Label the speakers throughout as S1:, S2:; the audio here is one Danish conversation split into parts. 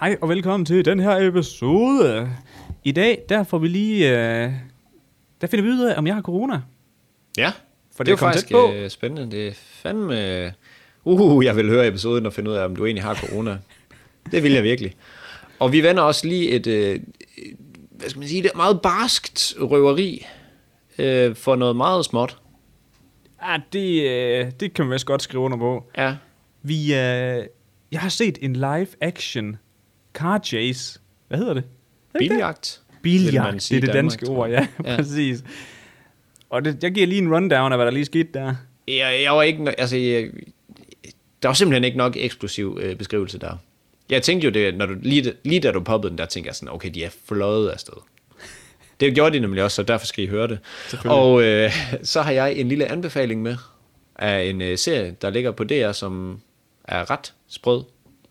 S1: Hej og velkommen til den her episode. I dag, der får vi lige... Øh, der finder vi ud af, om jeg har corona.
S2: Ja,
S1: For det
S2: for det,
S1: er
S2: det var
S1: kommet
S2: faktisk
S1: tæt på.
S2: øh, spændende. Det er fandme... Uh, jeg vil høre episoden og finde ud af, om du egentlig har corona. det vil jeg virkelig. Og vi vender også lige et, øh, et- hvad skal man sige, det er meget barskt røveri øh, for noget meget småt.
S1: Ah, det, øh, det kan man vist godt skrive under på.
S2: Ja.
S1: Vi, øh, jeg har set en live-action car chase. Hvad hedder det? Er det ikke det?
S2: Biljagt. vil man
S1: Biljagt, det er
S2: sige i
S1: det
S2: Danmark,
S1: danske
S2: tror
S1: ord, ja,
S2: jeg.
S1: ja. præcis. Og det, jeg giver lige en rundown af, hvad der lige skete der.
S2: Jeg, jeg var ikke... no- Altså, jeg, der var simpelthen ikke nok eksplosiv øh, beskrivelse der. Jeg tænkte jo, det, når du, lige, lige da du poppede den, der tænkte jeg sådan, okay, de er fløjet afsted. Det gjorde de nemlig også, så derfor skal I høre det. Og øh, så har jeg en lille anbefaling med af en øh, serie, der ligger på DR, som er ret sprød,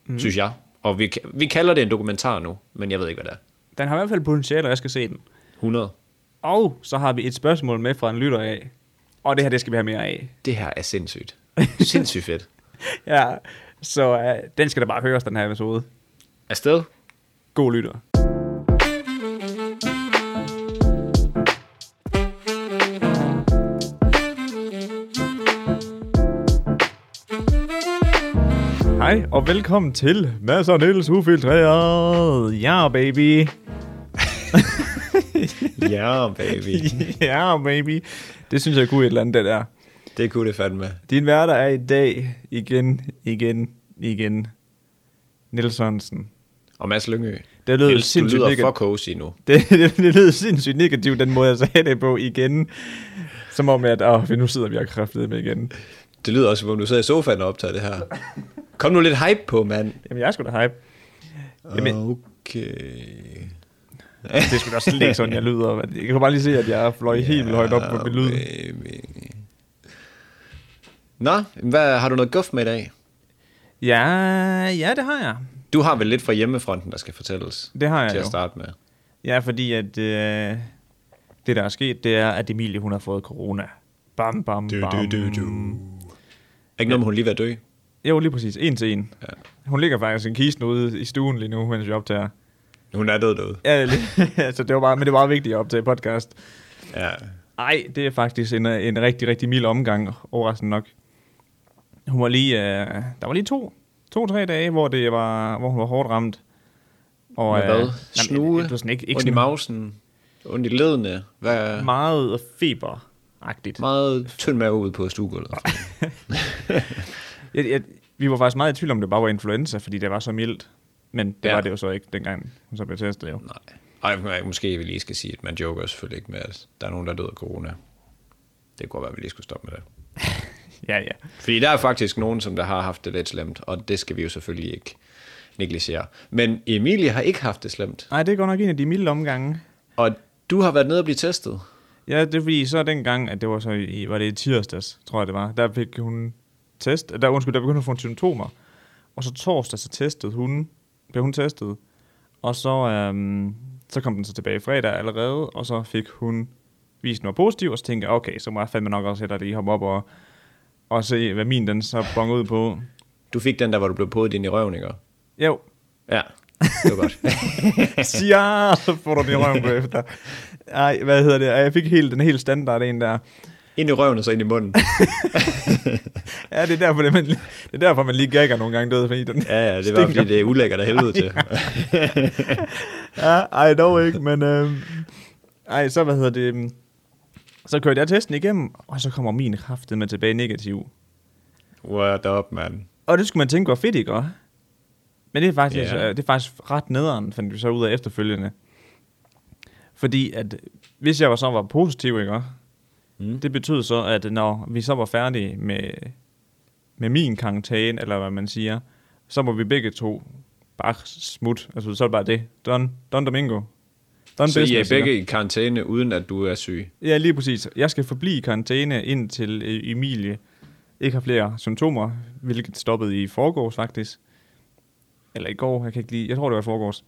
S2: mm. synes jeg. Og vi, ka- vi kalder det en dokumentar nu, men jeg ved ikke, hvad det er.
S1: Den har i hvert fald potentiale, og jeg skal se den.
S2: 100.
S1: Og så har vi et spørgsmål med fra en lytter af. Og det her, det skal vi have mere af.
S2: Det her er sindssygt. Sindssygt fedt.
S1: Ja, så øh, den skal da bare høres, den her episode.
S2: Afsted.
S1: God lytter. Hej og velkommen til Mads og Niels Ufiltreret. Ja, yeah, baby.
S2: Ja, yeah, baby.
S1: Ja, yeah, baby. Det synes jeg kunne et eller andet, det der.
S2: Det kunne det fandme.
S1: Din værter er i dag igen, igen, igen. Niels Sørensen.
S2: Og Mads Lyngø.
S1: Det lød
S2: Niels,
S1: sindssygt
S2: Du lyder
S1: lækkert.
S2: for cozy nu.
S1: Det, det, det lød sindssygt negativt, den måde, jeg sagde det på igen. Som om, at åh, nu sidder vi og kræftede med igen.
S2: Det lyder også, som om du sidder i sofaen og optager det her. Kom nu lidt hype på, mand.
S1: Jamen, jeg er sgu da hype. Jamen-
S2: Okay.
S1: Det er sgu da slet ikke sådan, jeg lyder. men Jeg kan bare lige se, at jeg fløj helt vildt højt op på min lyd.
S2: Baby. Nå, hvad, har du noget guf med i dag?
S1: Ja, ja, det har jeg.
S2: Du har vel lidt fra hjemmefronten, der skal fortælles
S1: Det har jeg
S2: til at
S1: jo.
S2: starte med.
S1: Ja, fordi at øh, det, der er sket, det er, at Emilie, hun har fået corona. Bam, bam, bam.
S2: Er ikke noget med, hun lige ved at dø?
S1: Jo, lige præcis. En til en.
S2: Ja.
S1: Hun ligger faktisk i en kisten ude i stuen lige nu, mens vi optager.
S2: Hun er død derude.
S1: Ja, lige- altså, det var bare, men det var vigtigt at optage podcast.
S2: Ja.
S1: Nej, det er faktisk en, øh, en rigtig, rigtig mild omgang, overraskende nok. Hun var lige, øh, der var lige to, to-tre dage, hvor, det var, hvor hun var hårdt ramt. Og,
S2: Med
S1: øh,
S2: hvad?
S1: jamen,
S2: Snue?
S1: det var sådan ikke, ikke
S2: Ondt i
S1: sådan
S2: mausen? Ondt i ledene? Hvad?
S1: meget feberagtigt.
S2: Meget tynd mave ude på stuegulvet.
S1: Jeg, jeg, vi var faktisk meget i tvivl om, det bare var influenza, fordi det var så mildt. Men det ja.
S2: Ja.
S1: var det jo så ikke, dengang hun så blev testet. Jo.
S2: Nej. Ej, må- måske vi lige skal sige, at man joker selvfølgelig ikke med, at der er nogen, der er død af corona. Det kunne godt være, at vi lige skulle stoppe med det.
S1: Ja, ja.
S2: Fordi der er faktisk nogen, som der har haft det lidt slemt, og det skal vi jo selvfølgelig ikke negligere. Men Emilie har ikke haft det slemt,
S1: Nej, det er godt nok en af de milde omgange.
S2: og du har været nede og blive testet.
S1: Ja, det er fordi så dengang, at det var så i, var det i tirsdags, tror jeg det var, der fik hun test, der, undskyld, der begyndte hun at få symptomer. Og så torsdag, så testede hun, blev hun testet. Og så, øhm, så kom den så tilbage fredag allerede, og så fik hun vist noget positiv, og så tænkte jeg, okay, så må jeg fandme nok også hellere lige hoppe op og, og se, hvad min den så bonger ud på.
S2: Du fik den der, hvor du blev podet ind i røven, ikke?
S1: Jo,
S2: Ja, det var godt.
S1: siger, så får du den i røven bagefter. Ej, hvad hedder det? Ej, Jeg fik helt, den helt standard en der.
S2: ind i røven og så ind i munden.
S1: Ja, det er derfor, det, man, det er derfor, man lige gagger nogle gange, du ved, fordi den
S2: Ja, ja, det var fordi, det er ulækkert af helvede til.
S1: ja, ej, dog ikke, men... Øh, ej, så hvad hedder det... øhm, Så kørte jeg testen igennem, og så kommer min kraftet med tilbage negativ.
S2: What up, man?
S1: Og det skulle man tænke var fedt, ikke? også? Men det er faktisk,
S2: Ja.
S1: yeah. det er faktisk ret nederen, fandt vi så ud af efterfølgende. Fordi at hvis jeg var så var positiv, ikke? også?
S2: Mm.
S1: Det betød så, at når vi så var færdige med, med min karantæne, eller hvad man siger, så må vi begge to bare smut. Altså, så er det bare det. Don, Don Domingo. Don
S2: Så I er
S1: business, ikke?
S2: begge i karantæne, uden at du er syg.
S1: Ja, lige præcis. Jeg skal forblive i karantæne indtil øh, Emilie ikke har flere symptomer, hvilket stoppede i forgårs faktisk. Eller i går, jeg kan ikke lige, jeg tror det var i forgårs.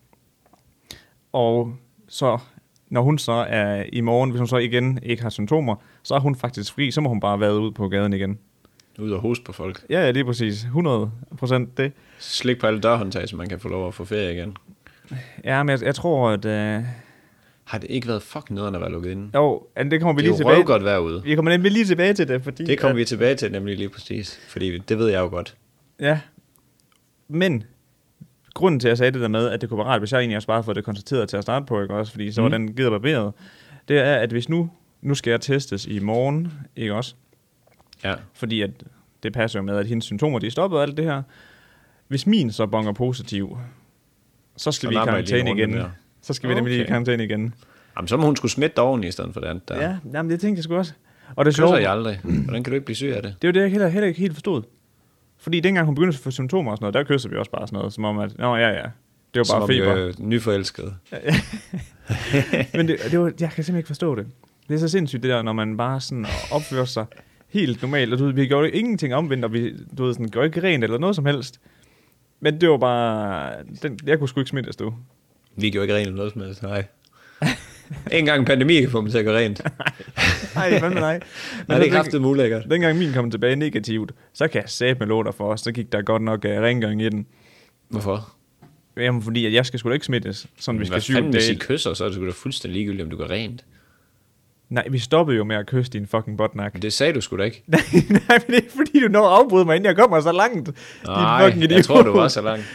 S1: Og så, når hun så er i morgen, hvis hun så igen ikke har symptomer, så er hun faktisk fri, så må hun bare være ud på gaden igen.
S2: Ud og hoste på folk.
S1: Ja, ja, lige præcis. 100 procent det.
S2: Slik på alle dørhåndtag, så man kan få lov at få ferie igen.
S1: Ja, men jeg, jeg tror, at... Øh,
S2: Har det ikke været fucking nederen at være lukket inde?
S1: jo, at det kommer vi
S2: Det er
S1: lige
S2: jo røv
S1: tilbage
S2: godt vejr ude.
S1: Vi kommer nemlig lige tilbage til det, fordi...
S2: Det kommer
S1: at,
S2: vi tilbage til nemlig lige præcis. Fordi det ved jeg jo godt.
S1: Ja. Men grunden til, at jeg sagde det der med, at det kunne være rart, hvis jeg egentlig også bare havde fået det konstateret til at starte på, ikke også? Fordi så mm. var
S2: Mm.
S1: den gider barberet. Det er, at hvis nu... Nu skal jeg testes i morgen, ikke også?
S2: Ja.
S1: fordi at det passer jo med, at hendes symptomer de er stoppet og alt det her. Hvis min så bonger positiv, så skal
S2: Så
S1: så vi i
S2: napper jeg lige
S1: karantæne
S2: en runde
S1: igen.
S2: mere.
S1: Så skal vi nemlig
S2: Okay.
S1: i karantæne igen.
S2: Jamen, så må hun skulle smitte dig oven i stedet for det andet. Der.
S1: Ja,
S2: Ja.
S1: ja jamen, det tænkte jeg sgu også. Og det
S2: Kysser
S1: sjove,
S2: jeg aldrig. Hvordan kan du ikke blive syg af det?
S1: det er jo det, jeg heller, heller ikke helt forstod. Fordi dengang hun begyndte at få symptomer og sådan noget, der kysser vi også bare sådan noget, som om at, nå ja ja, det var
S2: Som
S1: bare
S2: om vi
S1: feber.
S2: er nyforelskede.
S1: Men det, det var, jeg kan simpelthen ikke forstå det. Det er så sindssygt det der, når man bare sådan opfører sig helt normalt. Og du ved, vi gjorde ingenting omvendt, og vi du ved, sådan, gjorde ikke rent eller noget som helst. Men det var bare... Den, jeg kunne sgu ikke smittes, du.
S2: Vi gjorde ikke rent eller noget som helst. Nej. ikke engang en pandemi kan få dem til at gøre rent.
S1: Nej, fandme nej.
S2: Nej, det er
S1: så
S2: kraftigt mulækkert.
S1: den, dengang min kom tilbage negativt, så kan jeg sætte med låter for os. Så gik der godt nok uh, rengøring i den.
S2: Hvorfor?
S1: Jamen, fordi at jeg skal sgu da ikke smittes, sådan vi
S2: Men
S1: skal
S2: hvad
S1: syv
S2: fanden, hvis I
S1: dage.
S2: kysser, så er det sgu da fuldstændig ligegyldigt, om du gør rent.
S1: Nej, vi stoppede jo med at kysse din fucking botnak.
S2: Men det sagde du sgu da ikke.
S1: nej, nej, men det er fordi, du når at afbryde mig, inden jeg kommer så langt. din
S2: Nej,
S1: fucking
S2: jeg tror,
S1: idiot.
S2: du var så langt.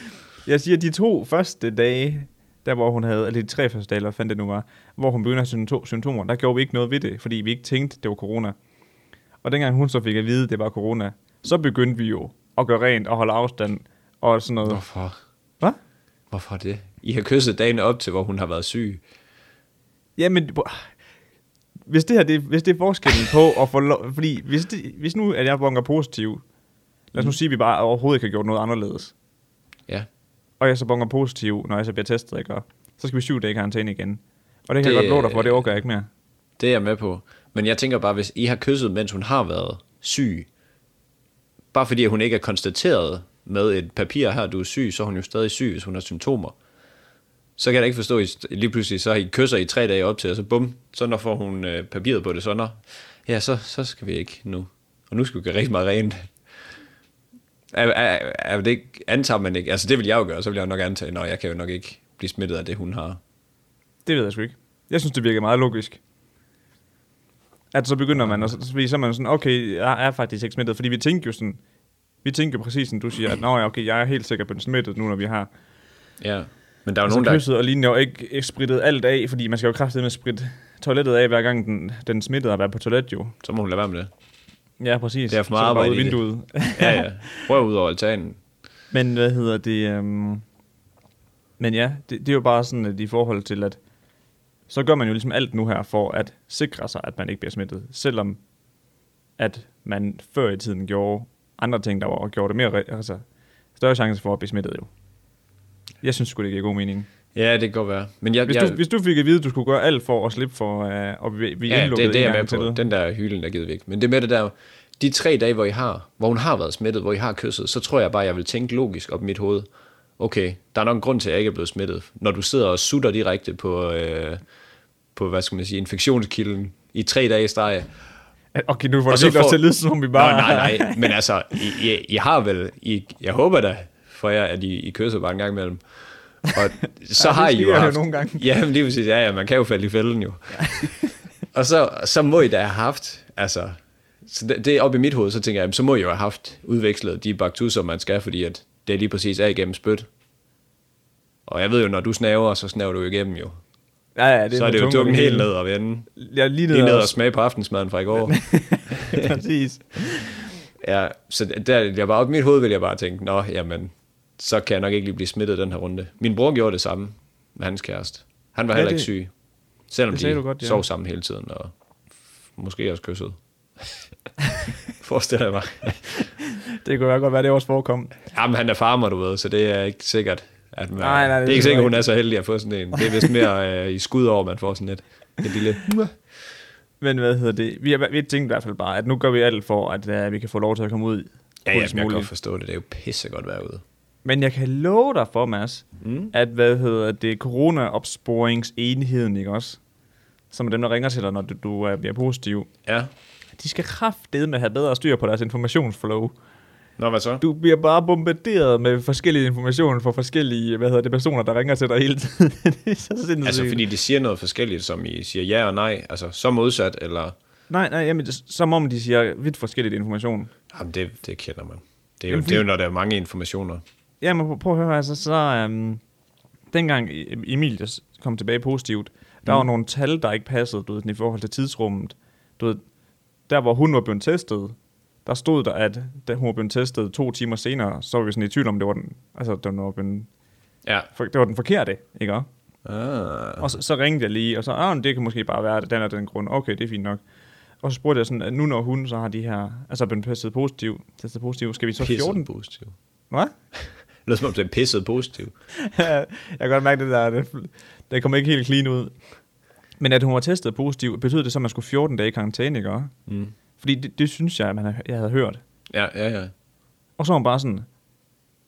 S1: Jeg siger, de to første dage, der hvor hun havde, eller de tre første dage, eller hvad fanden det nu var, hvor hun begyndte at have sympto- symptomer, der gjorde vi ikke noget ved det, fordi vi ikke tænkte, det var corona. Og dengang hun så fik at vide, det var corona, så begyndte vi jo at gøre rent og holde afstand og sådan noget.
S2: Hvorfor?
S1: Hvad?
S2: Hvorfor det? I har kysset dagen op til, hvor hun har været syg.
S1: Jamen, bo- hvis det her, det, hvis det er forskellen på at få lov, fordi hvis, det, hvis nu, at jeg bunker positiv, lad os nu sige, at vi bare overhovedet ikke har gjort noget anderledes,
S2: Ja.
S1: og jeg så bunker positiv, når jeg så bliver testet, ikke? Og så skal vi syv dage i karantæne igen. Og det kan det, jeg
S2: Det-
S1: godt love dig for, det overgår jeg ikke mere.
S2: Det er jeg med på. Men jeg tænker bare, hvis I har kysset, mens hun har været syg, bare fordi at hun ikke er konstateret med et papir her, du er syg, så er hun jo stadig syg, hvis hun har symptomer. Så kan jeg da ikke forstå, at I st- lige pludselig så har I kysser i tre dage op til, og så bum, så når får hun øh, papiret på det, så når, ja, så, så skal vi ikke nu. Og nu skal vi gøre rigtig meget rent. Er, er, er det ikke, antager man ikke, altså det vil jeg jo gøre, så vil jeg jo nok antage, at jeg kan jo nok ikke blive smittet af det, hun har.
S1: Det ved jeg sgu ikke. Jeg synes, det virker meget logisk. At så begynder man, og så, fordi så er man sådan, okay, jeg er faktisk ikke smittet. Fordi vi tænker jo sådan, vi tænker jo præcis, som du siger, at Nå, ja, okay, jeg er helt sikker på, at den er smittet nu, når vi har
S2: Ja. Men der er jo
S1: altså,
S2: nogen, der
S1: kysset og lignende, og ikke ikke sprittet alt af, fordi man skal jo kraftigt med at spritte toilettet af, hver gang den, den smittede har været på toilet jo.
S2: så må hun lade være med det.
S1: Ja, præcis.
S2: Det er for meget
S1: Så bare
S2: arbejde
S1: ud
S2: i det.
S1: vinduet.
S2: ja, ja. Røv ud over altanen.
S1: Men hvad hedder det? Øhm... Men ja, det, det er jo bare sådan, at i forhold til, at så gør man jo ligesom alt nu her for at sikre sig, at man ikke bliver smittet. Selvom at man før i tiden gjorde andre ting, der var og gjorde det mere, re- altså større chance for at blive smittet jo. Jeg synes sgu, det giver god mening.
S2: Ja, det kan godt være. Men jeg,
S1: Hvis,
S2: jeg,
S1: du, hvis du fik at vide, at du skulle gøre alt for at slippe for øh, at vi, vi
S2: ja, det,
S1: indlukket
S2: det er
S1: en
S2: jeg
S1: gang
S2: med
S1: til
S2: på.
S1: det.
S2: Den der hylen, der givet væk. Men det med det der, de tre dage, hvor, I har, hvor hun har været smittet, hvor I har kysset, så tror jeg bare, jeg vil tænke logisk op i mit hoved. Okay, der er nok en grund til, at jeg ikke er blevet smittet. Når du sidder og sutter direkte på, øh, på hvad skal man sige, infektionskilden i tre dage i streg,
S1: Okay, nu får
S2: Og
S1: det
S2: så
S1: virkelig
S2: får-
S1: også til at lyde, som om vi bare...
S2: Nå, nej, nej, men altså, I, I, I har vel, I, jeg håber da for jer, at I, I kysser bare en gang imellem. Og så
S1: Ja,
S2: har
S1: det
S2: I jo
S1: sker jo
S2: haft,
S1: nogle gange.
S2: Ja, men lige præcis, ja, ja, man kan jo falde i fælden jo. og så, så må I da have haft, altså, så det, det er op i mit hoved, så tænker jeg, jamen, så må I jo have haft udvekslet de baktuser, man skal, fordi at det lige præcis er igennem spyt. Og jeg ved jo, når du snaver, så snaver du jo igennem jo.
S1: Ja, ja, det
S2: så er det jo
S1: tungt.
S2: dukken helt ned og vende.
S1: Ja, lige ned,
S2: Lige ned og
S1: også.
S2: smage på aftensmaden fra i går.
S1: Præcis.
S2: Ja, så der, jeg bare, op i mit hoved vil jeg bare tænke, nå, jamen, så kan jeg nok ikke lige blive smittet den her runde. Min bror gjorde det samme med hans kæreste. Han var
S1: Ja,
S2: ja, heller ikke
S1: det-
S2: syg, selvom
S1: det
S2: de
S1: sagde du godt, ja.
S2: sov sammen hele tiden, og f- måske også kyssede. Forestiller jeg mig.
S1: Det kunne godt være, det også forekom.
S2: Jamen, han er farmer, du ved, så det er ikke sikkert. At man,
S1: Nej, nej, det
S2: det, er
S1: er
S2: ikke sikkert,
S1: rigtigt.
S2: hun er så heldig at få sådan en. Det er vist mere øh, i skud over, man får sådan et, et lille...
S1: Men hvad hedder det? Vi har, vi har tænkt i hvert fald bare, at nu gør vi alt for, at uh, vi kan få lov til at komme ud.
S2: Ja, ja,
S1: hurtigst
S2: men jeg kan godt
S1: muligt.
S2: forstå det. Det er jo pissegodt derude.
S1: Men jeg kan love dig for, Mads, mm. at hvad hedder det, corona-opsporingsenheden, ikke også? Som er dem, der ringer til dig, når du, du uh, bliver øh, positiv.
S2: Ja,
S1: de skal kraftedeme have bedre styr på deres informationsflow.
S2: Nå, hvad så?
S1: Du bliver bare bombarderet med forskellige informationer fra forskellige, hvad hedder det, personer, der ringer til dig hele tiden. det er så sindssygt.
S2: Altså, fordi de siger noget forskelligt, som I siger ja og nej, altså så modsat, eller...
S1: Nej, nej, jamen, det, som om de siger vidt forskelligt information.
S2: Jamen, det, det kender man. Det er, jo, det er jo, når der er mange informationer.
S1: Ja, men prøv, prøv at høre, altså, så øhm, dengang E-, Emil der s- kom tilbage positivt, der mm. var nogle tal, der ikke passede, du ved, i forhold til tidsrummet. Du ved, der hvor hun var blevet testet, der stod der, at da hun var blevet testet to timer senere, så var vi sådan i tvivl om, det var den, altså, den var blevet,
S2: Ja.
S1: for, det var den forkerte, ikke også?
S2: Ah.
S1: Og så, så ringede jeg lige, og så, ah, men det kan måske bare være at den og den grund. Okay, det er fint nok. Og så spurgte jeg sådan, at nu når hun så har de her, altså blevet testet positiv, testet positiv, skal vi så 14?
S2: Pisset positiv.
S1: Hvad?
S2: Det lyder som om, det er pisset positiv.
S1: jeg kan godt mærke det der, det, det kom ikke helt clean ud. Men at hun var testet positiv, betød det så, at man skulle 14 dage i karantæne, ikke også?
S2: Mm.
S1: Fordi det, det synes jeg, at man, har- jeg havde hørt.
S2: Ja, ja, ja.
S1: Og så var hun bare sådan,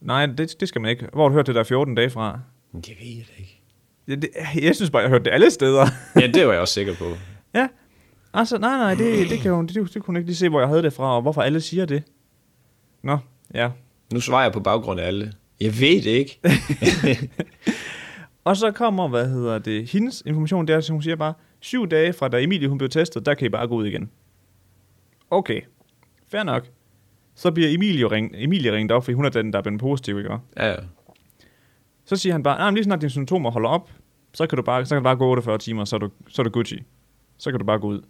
S1: nej, det, det skal man ikke. Hvor har du hørt det der 14 dage fra?
S2: Men det ved jeg da ikke.
S1: Jeg, det, jeg synes bare, jeg har hørt det alle steder.
S2: Ja, det var jeg også sikker på.
S1: Ja. Altså, nej, nej, det, det, kan hun, det, det kunne hun ikke lige se, hvor jeg havde det fra, og hvorfor alle siger det. Nå, ja.
S2: Nu svarer jeg på baggrund af alle. Jeg ved det ikke.
S1: Og så kommer, hvad hedder det, hendes information, det er, som hun siger bare, syv dage fra da Emilie hun blev testet, der kan I bare gå ud igen. Okay, fair nok. Så bliver Emilie, jo ring, Emilie ringet op, fordi hun er den, der er blevet positiv, ikke?
S2: Ja, ja.
S1: Så siger han bare, nej, men lige snart dine symptomer holder op, så kan du bare, så kan du bare gå 48 timer, så er, du, så er du Gucci. Så kan du bare gå ud. Det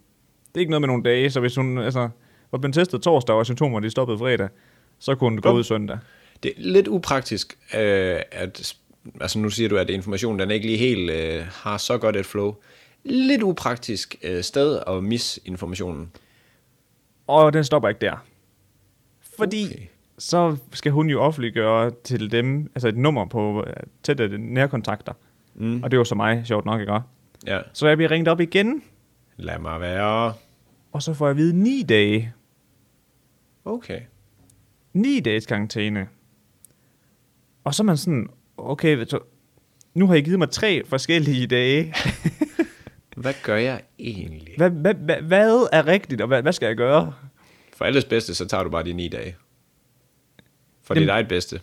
S1: er ikke noget med nogle dage, så hvis hun altså, var blevet testet torsdag, og symptomerne de stoppede fredag, så kunne hun gå
S2: Bum.
S1: ud søndag.
S2: Det er lidt upraktisk, øh, at altså nu siger du, at informationen den ikke lige helt øh, har så godt et flow. Lidt upraktisk øh, sted at misse informationen.
S1: Og den stopper ikke der. Fordi
S2: Okay.
S1: okay. så skal hun jo offentliggøre til dem, altså et nummer på øh, tætte nærkontakter. Mm. Og det var så mig, sjovt nok, ikke? også?
S2: Ja,
S1: Så jeg bliver ringet op igen,
S2: lad mig være.
S1: og så får jeg at vide ni dage.
S2: Okay.
S1: 9 dages karantæne. Og så er man sådan, okay, så, nu har I givet mig tre forskellige dage.
S2: Hvad gør jeg egentlig?
S1: Hvad, hvad, hvad, hvad er rigtigt, og hvad, hvad skal jeg gøre?
S2: For alles bedste, så tager du bare de ni dage. For
S1: Jamen-
S2: dit eget bedste.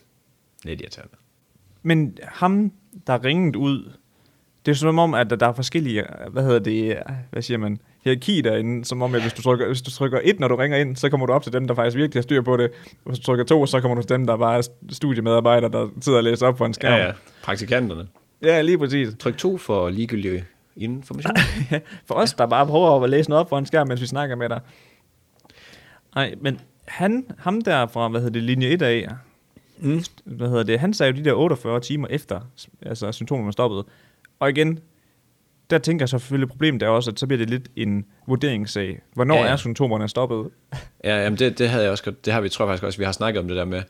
S2: Lidt irriterende.
S1: Men ham, der ringede ud, det er som om, at der- der er forskellige, hvad hedder det, hvad siger man, hierarki derinde, som om, at hvis du trykker, hvis du trykker et, når du ringer ind, så kommer du op til dem, der faktisk virkelig har styr på det. Hvis du trykker to, så kommer du til dem, der bare er studiemedarbejdere, der sidder og læser op på en skærm.
S2: Ja, ja. Praktikanterne.
S1: ja lige præcis.
S2: Tryk to for ligegyldig information.
S1: Ja, for os, der bare prøver at læse noget op for en skærm, mens vi snakker med dig. Nej, men han, ham der fra, hvad hedder det, linje 1 af, mm. hvad hedder det, han sagde jo de der 48 timer efter, altså symptomerne var stoppet. Og igen, der tænker jeg selvfølgelig problemet er også, at så bliver det lidt en vurderingssag. Hvornår
S2: Ja,
S1: ja,
S2: ja.
S1: ja. er symptomerne stoppet?
S2: Ja, jamen det, det havde jeg også godt, det har vi, tror jeg faktisk også, vi har snakket om det der med,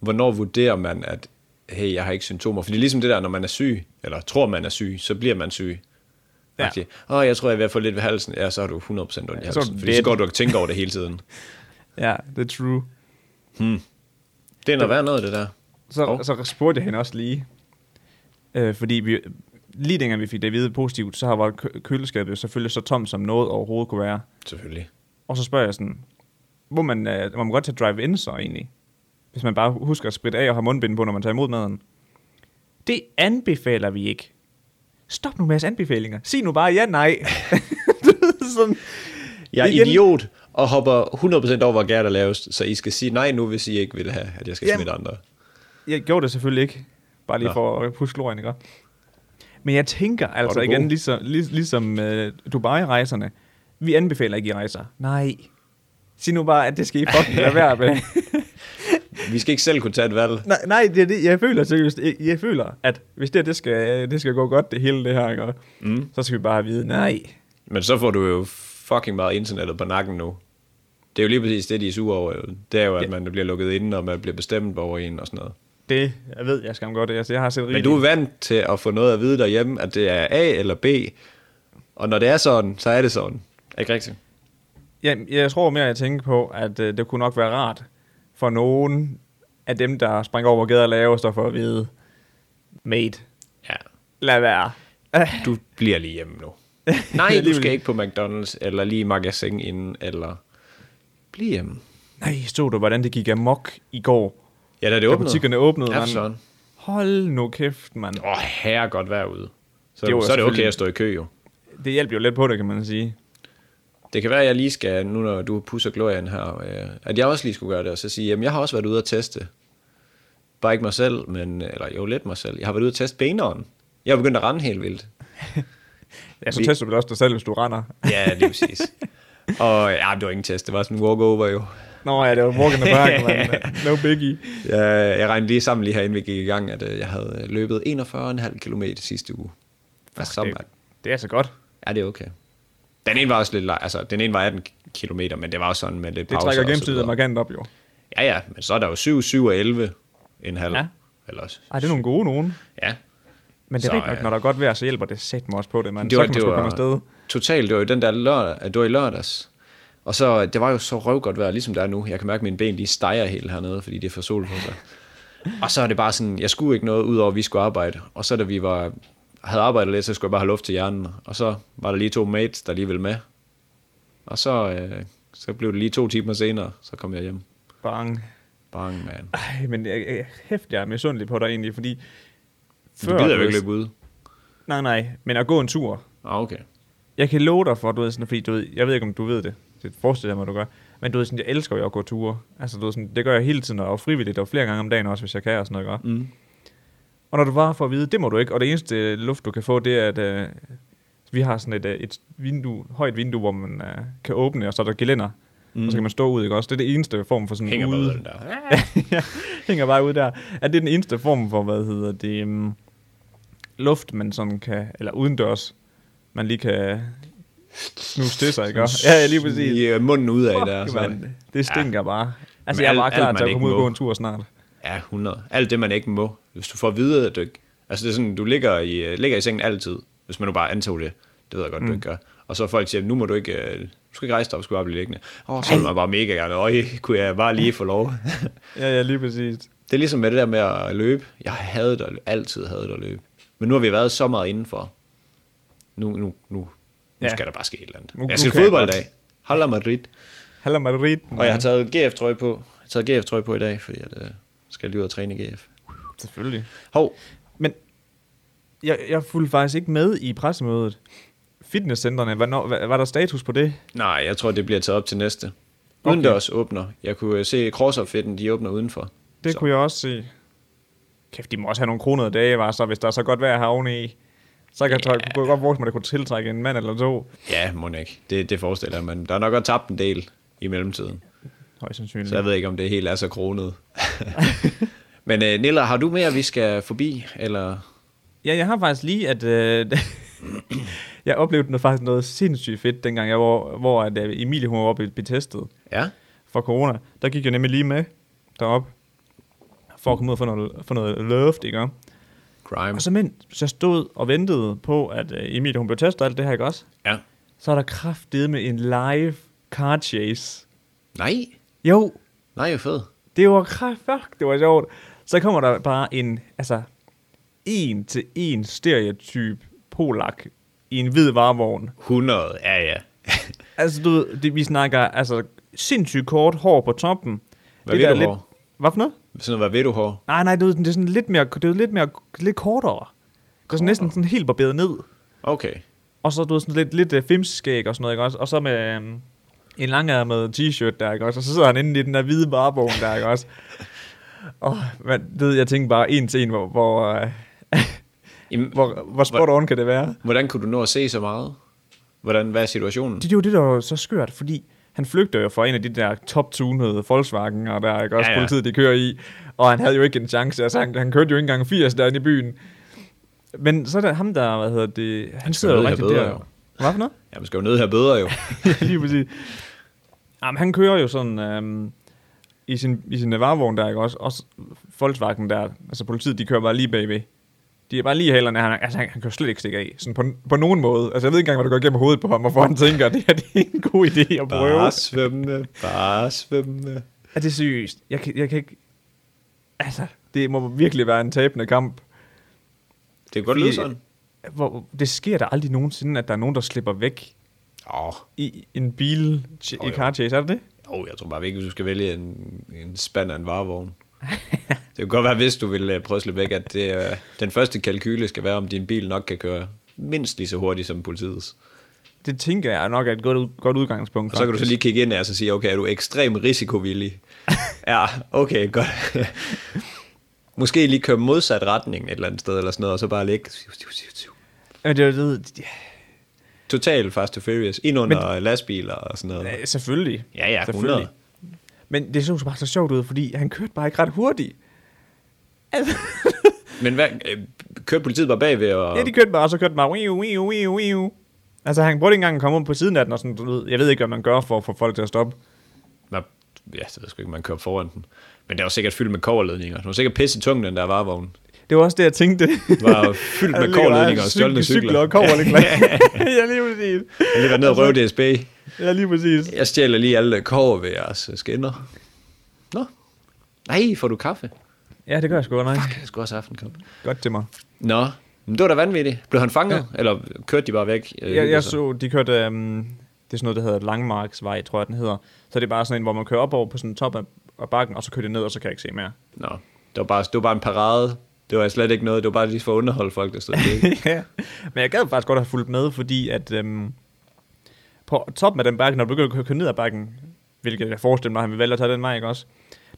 S2: hvornår vurderer man, at hey, jeg har ikke symptomer? Fordi ligesom det der, når man er syg, eller tror man er syg, så bliver man syg.
S1: Ja.
S2: Ja. Åh, jeg tror, jeg er ved at få lidt ved halsen. Ja, så har du 100% ondt i halsen.
S1: så er du
S2: fordi så
S1: dead.
S2: går du og tænker over det hele tiden.
S1: Ja, det er true.
S2: Det er noget værd noget, det der.
S1: Så,
S2: Hov.
S1: oh. så spurgte jeg hende også lige, øh, fordi vi, lige dengang vi fik det at vide positivt, så var kø- køleskabet jo selvfølgelig så tomt, som noget overhovedet kunne være.
S2: Selvfølgelig.
S1: Og så spørger jeg sådan, må man, øh, må man godt tage drive-in så egentlig? Hvis man bare husker at spritte af og har mundbind på, når man tager imod maden. Det anbefaler vi ikke. Stop nu med jeres anbefalinger. Sig nu bare ja, nej. Du ved, sådan,
S2: Jeg er
S1: Igen.
S2: idiot og hopper 100% over, hvor gær der laves, så I skal sige nej nu, hvis I ikke vil have, at jeg skal
S1: Jamen.
S2: smitte andre.
S1: jeg gjorde det selvfølgelig ikke. Bare lige
S2: Nå.
S1: for at puske lorien, ikke? Men jeg tænker altså
S2: du god.
S1: igen, ligesom, lig- ligesom øh, Dubai-rejserne. Vi anbefaler ikke, I rejser. Nej. Sig nu bare, at det skal I fucking lade være med.
S2: Vi skal ikke selv kunne tage et valg.
S1: Nej, nej det, er det, jeg føler seriøst, jeg, jeg føler, at hvis det, her, det, skal, det skal gå godt, det hele det her, ikke? Mm. så skal vi bare have at vide, nej.
S2: Men så får du jo fucking meget internettet på nakken nu. Det er jo lige præcis det, de er sure over. jo. Det er jo, at man bliver lukket inde, og man bliver bestemt over en og sådan noget.
S1: Det, jeg ved, jeg skam godt, altså, jeg har set
S2: Men
S1: rigeligt.
S2: du er vant til at få noget at vide derhjemme, at det er A eller B. Og når det er sådan, så er det sådan. Er ikke rigtigt?
S1: jeg, jeg tror mere, jeg tænker på, at øh, det kunne nok være rart for nogen af dem, der springer over gader lavest og får at vide, mate,
S2: Ja.
S1: lad være.
S2: Du bliver lige hjemme nu.
S1: Ja,
S2: Nej, du
S1: alligevel.
S2: skal ikke på McDonald's, eller lige i magasin inden, eller Bliv hjemme.
S1: Nej, stod der, hvordan det gik amok i går,
S2: Ja, da det
S1: da
S2: åbnede.
S1: butikkerne åbnede.
S2: Ja, for
S1: mand.
S2: søren.
S1: Hold nu kæft, mand.
S2: Åh, oh, herre godt vejr ude. Så,
S1: Det
S2: det
S1: var
S2: så er det okay
S1: selvfølgelig-
S2: at stå i kø jo.
S1: Det hjalp jo lidt på det, kan man sige.
S2: Det kan være, at jeg lige skal, nu når du pusser glorien her, øh, at jeg også lige skulle gøre det, og så sige, jamen jeg har også været ude at teste. Bare ikke mig selv, men, eller jo lidt mig selv. Jeg har været ude at teste beneren. Jeg er begyndt at rende helt vildt.
S1: Ja, så
S2: Vi-
S1: Altså, tester du vel også dig selv, hvis du render.
S2: Ja, det er præcis. og ja, det var ingen test, det var sådan en walkover jo.
S1: Nå ja, det var walk in the park, mand. No biggie.
S2: Jeg, jeg regnede lige sammen lige herinde, vi gik i gang, at øh, jeg havde løbet 41,5 km sidste uge. Altså, sammen,
S1: det, det er så godt.
S2: Ja, det er okay. Den ene var også lidt lang, altså den ene var 18 km, men det var også sådan med lidt
S1: Det
S2: pauser
S1: trækker
S2: og så
S1: gennemsnittet
S2: videre.
S1: markant op, jo.
S2: Ja, ja, men så er der jo 7, 7 og 11 en halv.
S1: Ja.
S2: Ja. Eller også.
S1: Ej, det er nogle gode nogen.
S2: Ja.
S1: Men det er
S2: Så,
S1: rigtigt nok,
S2: ja.
S1: når der er godt vejr, så hjælper det sæt mig også på det, mand.
S2: Det
S1: så
S2: var,
S1: kan man
S2: det
S1: sgu komme
S2: var
S1: afsted.
S2: totalt, det var jo den der lørdag, det var i lørdags. Og så, det var jo så røvgodt vejr, ligesom der er nu. Jeg kan mærke, at mine ben, de steger helt hernede, fordi det er for sol på sig. Og så er det bare sådan, jeg skulle ikke noget, udover at vi skulle arbejde. Og så da vi var, havde arbejdet lidt, så skulle jeg bare have luft til hjernen. Og så var der lige to mates, der lige ville med. Og så, øh, så blev det lige to timer senere, så kom jeg hjem.
S1: Bang.
S2: Bang, man.
S1: Ej, men jeg, jeg, hæft, jeg er misundelig på dig egentlig, fordi...
S2: Du gider jo
S1: ved-
S2: ikke løbe ud.
S1: Nej, nej, men at gå en tur.
S2: Ah, okay.
S1: Jeg kan love dig for, du ved sådan, fordi du ved, jeg ved ikke, om du ved det. Det forestiller jeg mig, du gør. Men du ved sådan, jeg elsker jo at gå ture. Altså, du ved sådan, det gør jeg hele tiden, og frivilligt, og flere gange om dagen også, hvis jeg kan, og sådan noget, ikke?
S2: Mm.
S1: Og når du bare får at vide, det må du ikke, og det eneste øh, luft, du kan få, det er, at øh, vi har sådan et, øh, et vindue, højt vindue, hvor man øh, kan åbne, og så er der gelænder. Mm. Og så kan man stå ud, ikke også? Det er det eneste form for sådan
S2: Hænger
S1: ude.
S2: bare ud af den der.
S1: ja, hænger bare ud der. At det er den eneste form for, hvad hedder det, um, luft, man sådan kan, eller udendørs, man lige kan snuse til sig, ikke? også? Ja, lige præcis.
S2: I øh, munden ud af der.
S1: Fuck,
S2: Så.
S1: man, det stinker ja. bare. Altså,
S2: Men
S1: jeg er
S2: alt-
S1: bare klar
S2: alt,
S1: til at
S2: man
S1: komme ud
S2: ikke
S1: og gå
S2: må.
S1: en tur snart.
S2: Ja, 100. Alt det, man ikke må. Hvis du får at vide, at du ikke... Altså, det er sådan, du ligger i, øh, ligger i sengen altid, hvis man nu bare antog det. Det ved jeg godt, mm. du ikke gør. Og så folk siger, nu må du ikke... øh, Du skal ikke rejse dig op, du skal bare blive liggende. Åh, så vil man bare mega gerne. Øj, kunne jeg bare lige få lov.
S1: Ja, ja, lige præcis.
S2: det er ligesom med det der med at løbe. Jeg havde det, altid havde det at løbe. Men nu har vi været så meget indenfor. Nu, nu, nu, nu
S1: Ja.
S2: skal der bare ske et eller andet.
S1: Nu- nu
S2: jeg skal
S1: kan jeg
S2: fodbold i
S1: godt.
S2: dag. Hold da Madrid.
S1: Hallo Madrid.
S2: Og jeg har taget GF-trøje på. Jeg har taget GF-trøje på i dag, fordi jeg øh, skal lige ud og træne i GF.
S1: Selvfølgelig.
S2: Hov,
S1: Men jeg, jeg fulgte faktisk ikke med i pressemødet. Fitnesscentrene, hvornår, var, var der status på det?
S2: nej, jeg tror, det bliver taget op til næste. Udendørs åbner. Jeg kunne øh, se CrossFit-fitten, de åbner udenfor.
S1: Det
S2: Så.
S1: så. kunne jeg også se. Kæft, de må også have nogle kronede dage, var så hvis der er så godt vejr her oveni. Så kan yeah. jeg kunne godt forestille mig, at det kunne tiltrække en mand eller to.
S2: Ja, må ikke. Det, det forestiller jeg mig. men Der er nok også tabt en del i mellemtiden.
S1: Højst sandsynligt.
S2: Så jeg ved ikke, om det helt er så kronet. Men øh, Nilla, har du mere, vi skal forbi? Eller?
S1: Ja, jeg har faktisk lige, at... Øh, jeg oplevede noget, faktisk noget sindssygt fedt, dengang jeg var, hvor at, øh, Emilie hun var oppe og blev testet
S2: Ja.
S1: for corona. Der gik jeg nemlig lige med derop for at komme ud og få noget, få noget luft, ikke? også?
S2: Crime.
S1: Og så mens jeg stod og ventede på, at øh, Emilie hun blev testet og alt det her, ikke også?
S2: Ja.
S1: Så er der kraftedet med en live car chase.
S2: Nej.
S1: Jo,
S2: Nej, hvor fed.
S1: det var kraft, fuck, det var sjovt. Så kommer der bare en, altså, en til en stereotyp polak i en hvid varevogn.
S2: 100, ja, ja.
S1: Altså, du ved, det, vi snakker, altså, sindssygt kort hår på toppen.
S2: Hvad ved
S1: der
S2: du,
S1: er lidt,
S2: hår?
S1: Hvad for noget?
S2: Sådan noget, hvad ved du, hår?
S1: Nej, nej, det er, det er sådan lidt mere, det er lidt mere, lidt kortere. Det er sådan næsten sådan helt barberet ned.
S2: Okay.
S1: Og så, du ved, sådan lidt, lidt øh, fimskæg og sådan noget, ikke også? Og så med øhm, en langærmet t-shirt der, ikke også? Og så sidder han inde i den der hvide varevogn der, ikke også? Og man, det, ved jeg tænker bare en til en, hvor, hvor, øh,
S2: Jamen,
S1: hvor, hvor spot on kan det være?
S2: Hvordan kunne du nå at se så meget? Hvordan, hvad er situationen?
S1: Det er jo det, der var så skørt, fordi han flygter jo fra en af de der top-tunede Volkswagen, og der er ikke også
S2: Ja,
S1: ja, ja.
S2: ja.
S1: politiet, de kører i, og han havde jo ikke en chance, altså han, han kørte jo ikke engang 80 derinde i byen. Men så er der ham der, hvad hedder det, han, han sidder jo
S2: nødig
S1: rigtig
S2: have bedre,
S1: der.
S2: jo.
S1: Hvad for noget?
S2: Jamen, skal jo nødt her bedre, jo.
S1: lige præcis. Jamen, han kører jo sådan øhm, i sin, i sin varevogn der, ikke også? Også Volkswagen der, altså politiet, de kører bare lige bagved. De er bare lige i hælerne, han, altså han, han kan jo slet ikke stikke af, sådan på, på nogen måde. Altså jeg ved ikke engang, hvad der går gennem hovedet på ham, og hvor han tænker, at det her det er en god idé at prøve.
S2: Bare svømme, bare svømme.
S1: Er det seriøst? Jeg kan, jeg kan ikke... Altså, det må virkelig være en tabende kamp.
S2: Det kan godt
S1: Fordi-
S2: lyde sådan.
S1: Hvor, det sker der aldrig nogensinde, at der er nogen, der slipper væk
S2: Åh,
S1: i en bil, i
S2: Jo, jo.
S1: car chase, er det det?
S2: Jo, jeg tror bare ikke, du skal vælge en, en spand og en varevogn. det kan godt være, hvis du vil øh, prøve væk, at det, øh, den første kalkyle skal være, om din bil nok kan køre mindst lige så hurtigt som politiets.
S1: Det tænker jeg nok er et godt, ud- godt udgangspunkt.
S2: Og så kan du så
S1: faktisk.
S2: lige kigge ind og så sige, okay, er du ekstrem risikovillig? ja, okay, godt. Måske lige køre modsat retning et eller andet sted, eller sådan noget, og så bare ligge
S1: Men det er jo det,
S2: total Fast and Furious, ind under Men... lastbiler og sådan noget.
S1: ja, selvfølgelig.
S2: Ja, ja,
S1: selvfølgelig.
S2: 100.
S1: Men det så bare så sjovt ud, fordi han kørte bare ikke ret hurtigt.
S2: Men hvad, øh, kørte politiet bare bagved og...
S1: Ja, de kørte bare, og så kørte den bare, wiu, wiu, wiu, wiu. Altså, han burde ikke engang komme ud på siden af den, og sådan, du ved, jeg ved ikke, hvad man gør for at få folk til at stoppe.
S2: Nå, ja, det ved jeg sgu ikke, man kører foran den. Men det var sikkert fyldt med koverledninger. Det var sikkert pisse tung, den der varevogn.
S1: Det var også det, jeg tænkte.
S2: Det var jo fyldt med koverledninger og stjålne cykler.
S1: Cykler og koverledninger. ja, lige præcis.
S2: Jeg ligger ned og røv DSB.
S1: Ja, lige præcis.
S2: Jeg stjæler lige alle kover ved jeres øh, skinner. Nå. Nej, får du kaffe?
S1: Ja, det gør jeg sgu godt nok.
S2: Jeg skal også have aftenkaffe.
S1: Godt til mig.
S2: Nå, men det var da vanvittigt. Blev han fanget? Ja. Eller kørte de bare væk? øh,
S1: Jeg,
S2: hyggede
S1: jeg
S2: sig?
S1: så, de kørte, øhm, det er sådan noget, der hedder Langmarksvej, tror jeg, den hedder. Så det er bare sådan en, hvor man kører op over på sådan en top af, af bakken, og så kører det ned, og så kan jeg ikke se mere.
S2: Nå, det var, bare, det var bare en parade. Det var slet ikke noget. Det var bare lige for at underholde folk, der stod det.
S1: ja. Men jeg gad faktisk godt have fulgt med, fordi at øhm, på toppen af den bakke, når du begynder at køre ned ad bakken, hvilket jeg forestiller mig, at han vil vælge at tage den vej, ikke også?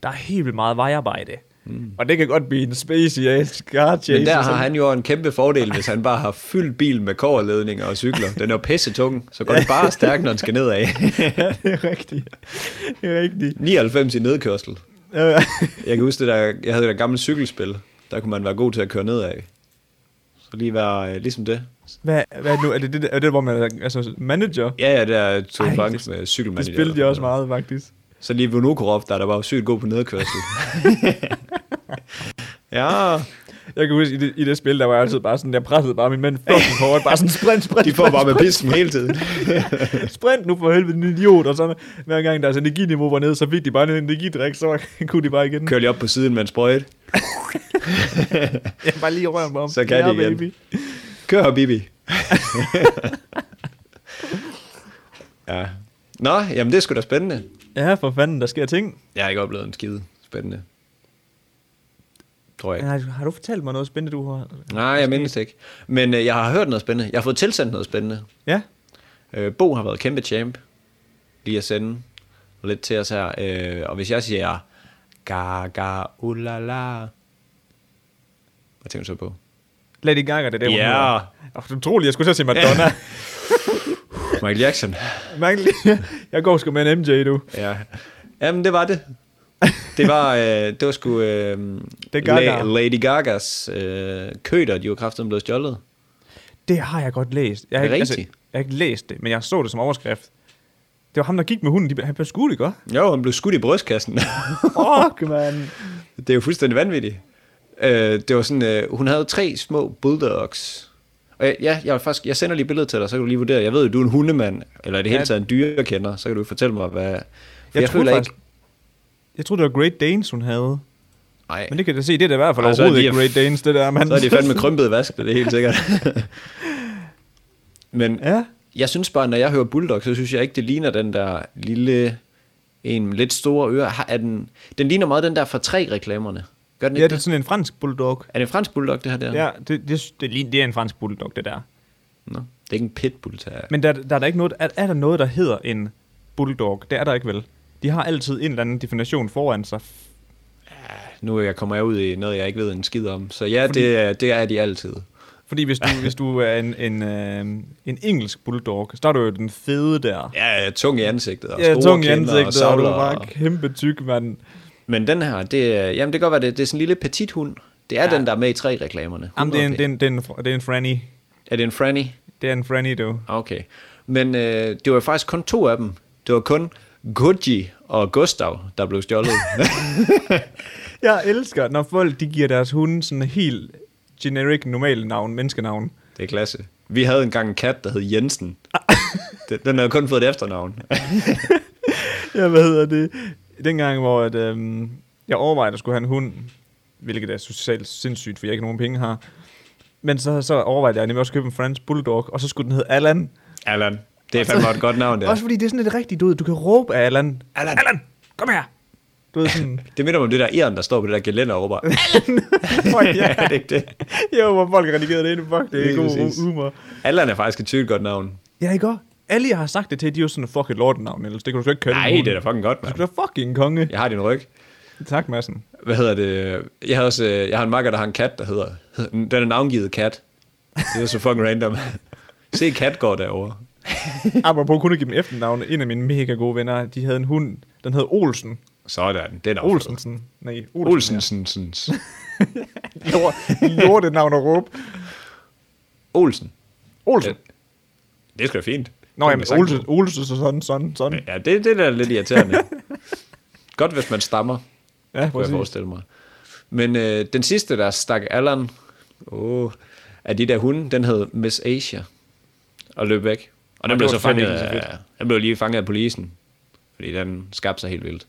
S1: Der er helt vildt meget vejarbejde. Mm. Og det kan godt blive en spacey ass car chase.
S2: Men der
S1: og
S2: har
S1: sådan.
S2: han jo en kæmpe fordel, hvis han bare har fyldt bil med koverledninger og cykler. Den er jo pisse tung, så går den bare stærkt, når den skal nedad.
S1: ja, det er rigtigt. Det er rigtigt. Øh,
S2: 99 i nedkørsel.
S1: Ja.
S2: Jeg kan huske, det der, jeg havde et gammelt cykelspil. Der kunne man være god til at køre nedad. Så lige være øh, ligesom det.
S1: Hvad, hvad er det nu? Er det det, der, er det, hvor man er altså, manager?
S2: Ja, ja, der tog
S1: Ej,
S2: bank
S1: det-
S2: med
S1: Det
S2: cykelmanager.
S1: spillede de
S2: eller
S1: også
S2: sådan noget.
S1: meget, faktisk.
S2: Så lige Vunukorov, der, der var jo sygt god på nedkørsel. ja,
S1: Jeg kan huske, i det, i det spil, der var jeg altid bare sådan, jeg pressede bare min mænd fucking hårdt, bare sådan sprint, sprint,
S2: de får bare med pisken hele tiden.
S1: sprint nu for helvede, en idiot, og så hver gang deres energiniveau var nede, så fik de bare en energidrik, så var- kunne de bare igen.
S2: Kører lige op på siden med en sprøjt.
S1: Ja, bare lige røven om.
S2: Så kan de igen.
S1: Baby.
S2: Kør her, Bibi. ja. Nå, jamen det er sgu da spændende.
S1: Ja, for fanden, der sker ting.
S2: Jeg har ikke oplevet en skide spændende. Tror jeg ikke.
S1: Nej, har du fortalt mig noget spændende, du har?
S2: Nej, jeg mindes ikke. Men øh, jeg har hørt noget spændende. Jeg har fået tilsendt noget spændende.
S1: Ja,
S2: Øh, Bo har været kæmpe champ. Lige at sende lidt til os her. Øh, og hvis jeg siger, ga ga ulala. Hvad tænker du så på?
S1: Lady Gaga, det er det, hun
S2: Ja.
S1: hedder. Åh, det er utroligt, jeg skulle så sige Madonna.
S2: Michael Jackson.
S1: Mærkeligt. jeg går sgu med en MJ, du.
S2: Ja. Jamen, det var det. Det var, øh, det var sgu øh,
S1: Det er Gaga.
S2: La- Lady Gagas øh, køder, de var kraftigt blevet stjålet.
S1: Det har jeg godt læst. Jeg har
S2: Er det
S1: ikke, altså, jeg
S2: rigtigt?
S1: har ikke læst det, men jeg så det som overskrift. Det var ham, der gik med hunden. De, han blev skudt, ikke?
S2: Jo, han blev skudt i brystkassen.
S1: Fuck, man.
S2: det er jo fuldstændig vanvittigt. Øh, det var sådan, øh, hun havde tre små bulldogs. Og jeg, ja, jeg, vil faktisk, jeg sender lige billedet til dig, så kan du lige vurdere. Jeg ved jo, du er en hundemand, eller i det hele
S1: Ja.
S2: taget en dyrekender, så kan du fortælle mig, hvad... Jeg,
S1: Jeg, jeg troede faktisk... Jeg troede, det var Great Danes, hun havde.
S2: Nej,
S1: Men det kan jeg da se, det er da i hvert fald
S2: Ej, så er
S1: overhovedet
S2: de-
S1: ikke Great Danes, det der, mand.
S2: så er det fandme krympet vask, det er helt sikkert. Men
S1: Ja,
S2: Jeg synes bare, når jeg hører Bulldog, så synes jeg ikke, det ligner den der lille, en med lidt store øre. Har- Er den, den ligner meget den der fra tre reklamerne. Gør den ikke
S1: ja
S2: ja,
S1: det er
S2: det?
S1: sådan en fransk bulldog.
S2: Er det en fransk bulldog, det her der?
S1: Ja, det, det, det, ligner- det er en fransk bulldog, det der.
S2: Nå, det er ikke en pitbull, der er.
S1: Men der, der er der ikke noget, er, er der noget, der hedder en bulldog? Det er der ikke vel. De har altid en eller anden definition foran sig.
S2: Nu er jeg kommer jeg ud i noget, jeg ikke ved en skid om. Så ja, det, er- det er de altid.
S1: Fordi hvis du, hvis du er en, en, øh, en engelsk bulldog, så er du jo den fede der.
S2: Ja, tung i ansigtet og
S1: Ja,
S2: store
S1: tung i
S2: kinder og
S1: ansigtet, og du
S2: savler.
S1: er bare
S2: og-
S1: kæmpe tyk, mand.
S2: Men den her, det, er- jamen det kan godt være, det, det er sådan en lille petit hund. Det er ja. den, der er med i tre reklamerne.
S1: Jamen, det er en, det er
S2: 100p.
S1: en, det er en, fr- det er en franny.
S2: er det en franny?
S1: Det er en franny, du.
S2: Okay. Men øh, det var faktisk kun to af dem. Det var kun Gucci og Gustav, der blev stjålet.
S1: Jeg elsker, når folk de giver deres hunde sådan helt generic, normale navn, menneskenavn.
S2: det er klasse. Vi havde engang en kat, der hed Jensen. Den den havde kun fået et efternavn.
S1: Ja, hvad hedder det? Dengang, hvor at, øhm, jeg overvejede at skulle have en hund, hvilket er socialt sindssygt, for jeg ikke nogen penge har. Men så, så overvejede jeg nemlig også at købe en fransk bulldog, og så skulle den hedde Allan.
S2: Allan. Det er fandme et godt navn,
S1: Ja.
S2: der.
S1: Også fordi det er sådan et rigtigt, du ved, du kan råbe af Allan.
S2: Allan.
S1: Allan, kom her! Du ved sådan,
S2: Det minder mig om det der æren, der står på det der gelænder og råber.
S1: fuck
S2: ja,
S1: ja.
S2: er det ikke det?
S1: Jo, hvor folk redigerede det ind, fuck, det er
S2: Lige
S1: god
S2: præcis.
S1: humor.
S2: Allan er faktisk et tydeligt godt navn.
S1: Ja, ikke også? Alle, jeg har sagt det til, de er jo sådan, fuck et lortenavn, ellers det kan du slet ikke kalde
S2: Nej,
S1: nogen.
S2: det er da fucking godt, mand.
S1: Du er da fucking konge.
S2: Jeg har din ryg.
S1: Tak, Madsen.
S2: Hvad hedder det? Jeg har også, øh, jeg har en makker, der har en kat, der hedder... Den er navngivet Kat. Det er så fucking random. Se, Kat går derovre.
S1: Apropos kun at give dem efternavne, en af mine mega gode venner, de havde en hund, den hed Olsen.
S2: Sådan, den er Olsen.
S1: Olsensen. Nej, Olsen.
S2: Olsen. Olsen.
S1: Olsen. Lortet navn at råbe.
S2: Olsen.
S1: Olsen.
S2: Det er sgu da fint.
S1: Nå, jamen,
S2: Det kan man sagtens-
S1: Olsen, Olsen, så sådan, sådan, sådan.
S2: Ja, det, det er da lidt irriterende. Godt, hvis man stammer,
S1: Ja,
S2: kunne jeg
S1: præcis.
S2: forestille mig. Men øh, den sidste, der stak Allan oh, af de der hunde, den hed Miss Asia, og løb væk. Og den
S1: det
S2: blev
S1: var
S2: så
S1: fandme
S2: fanget
S1: ikke så fedt.
S2: af, den blev lige fanget af polisen, fordi den skabte sig helt vildt.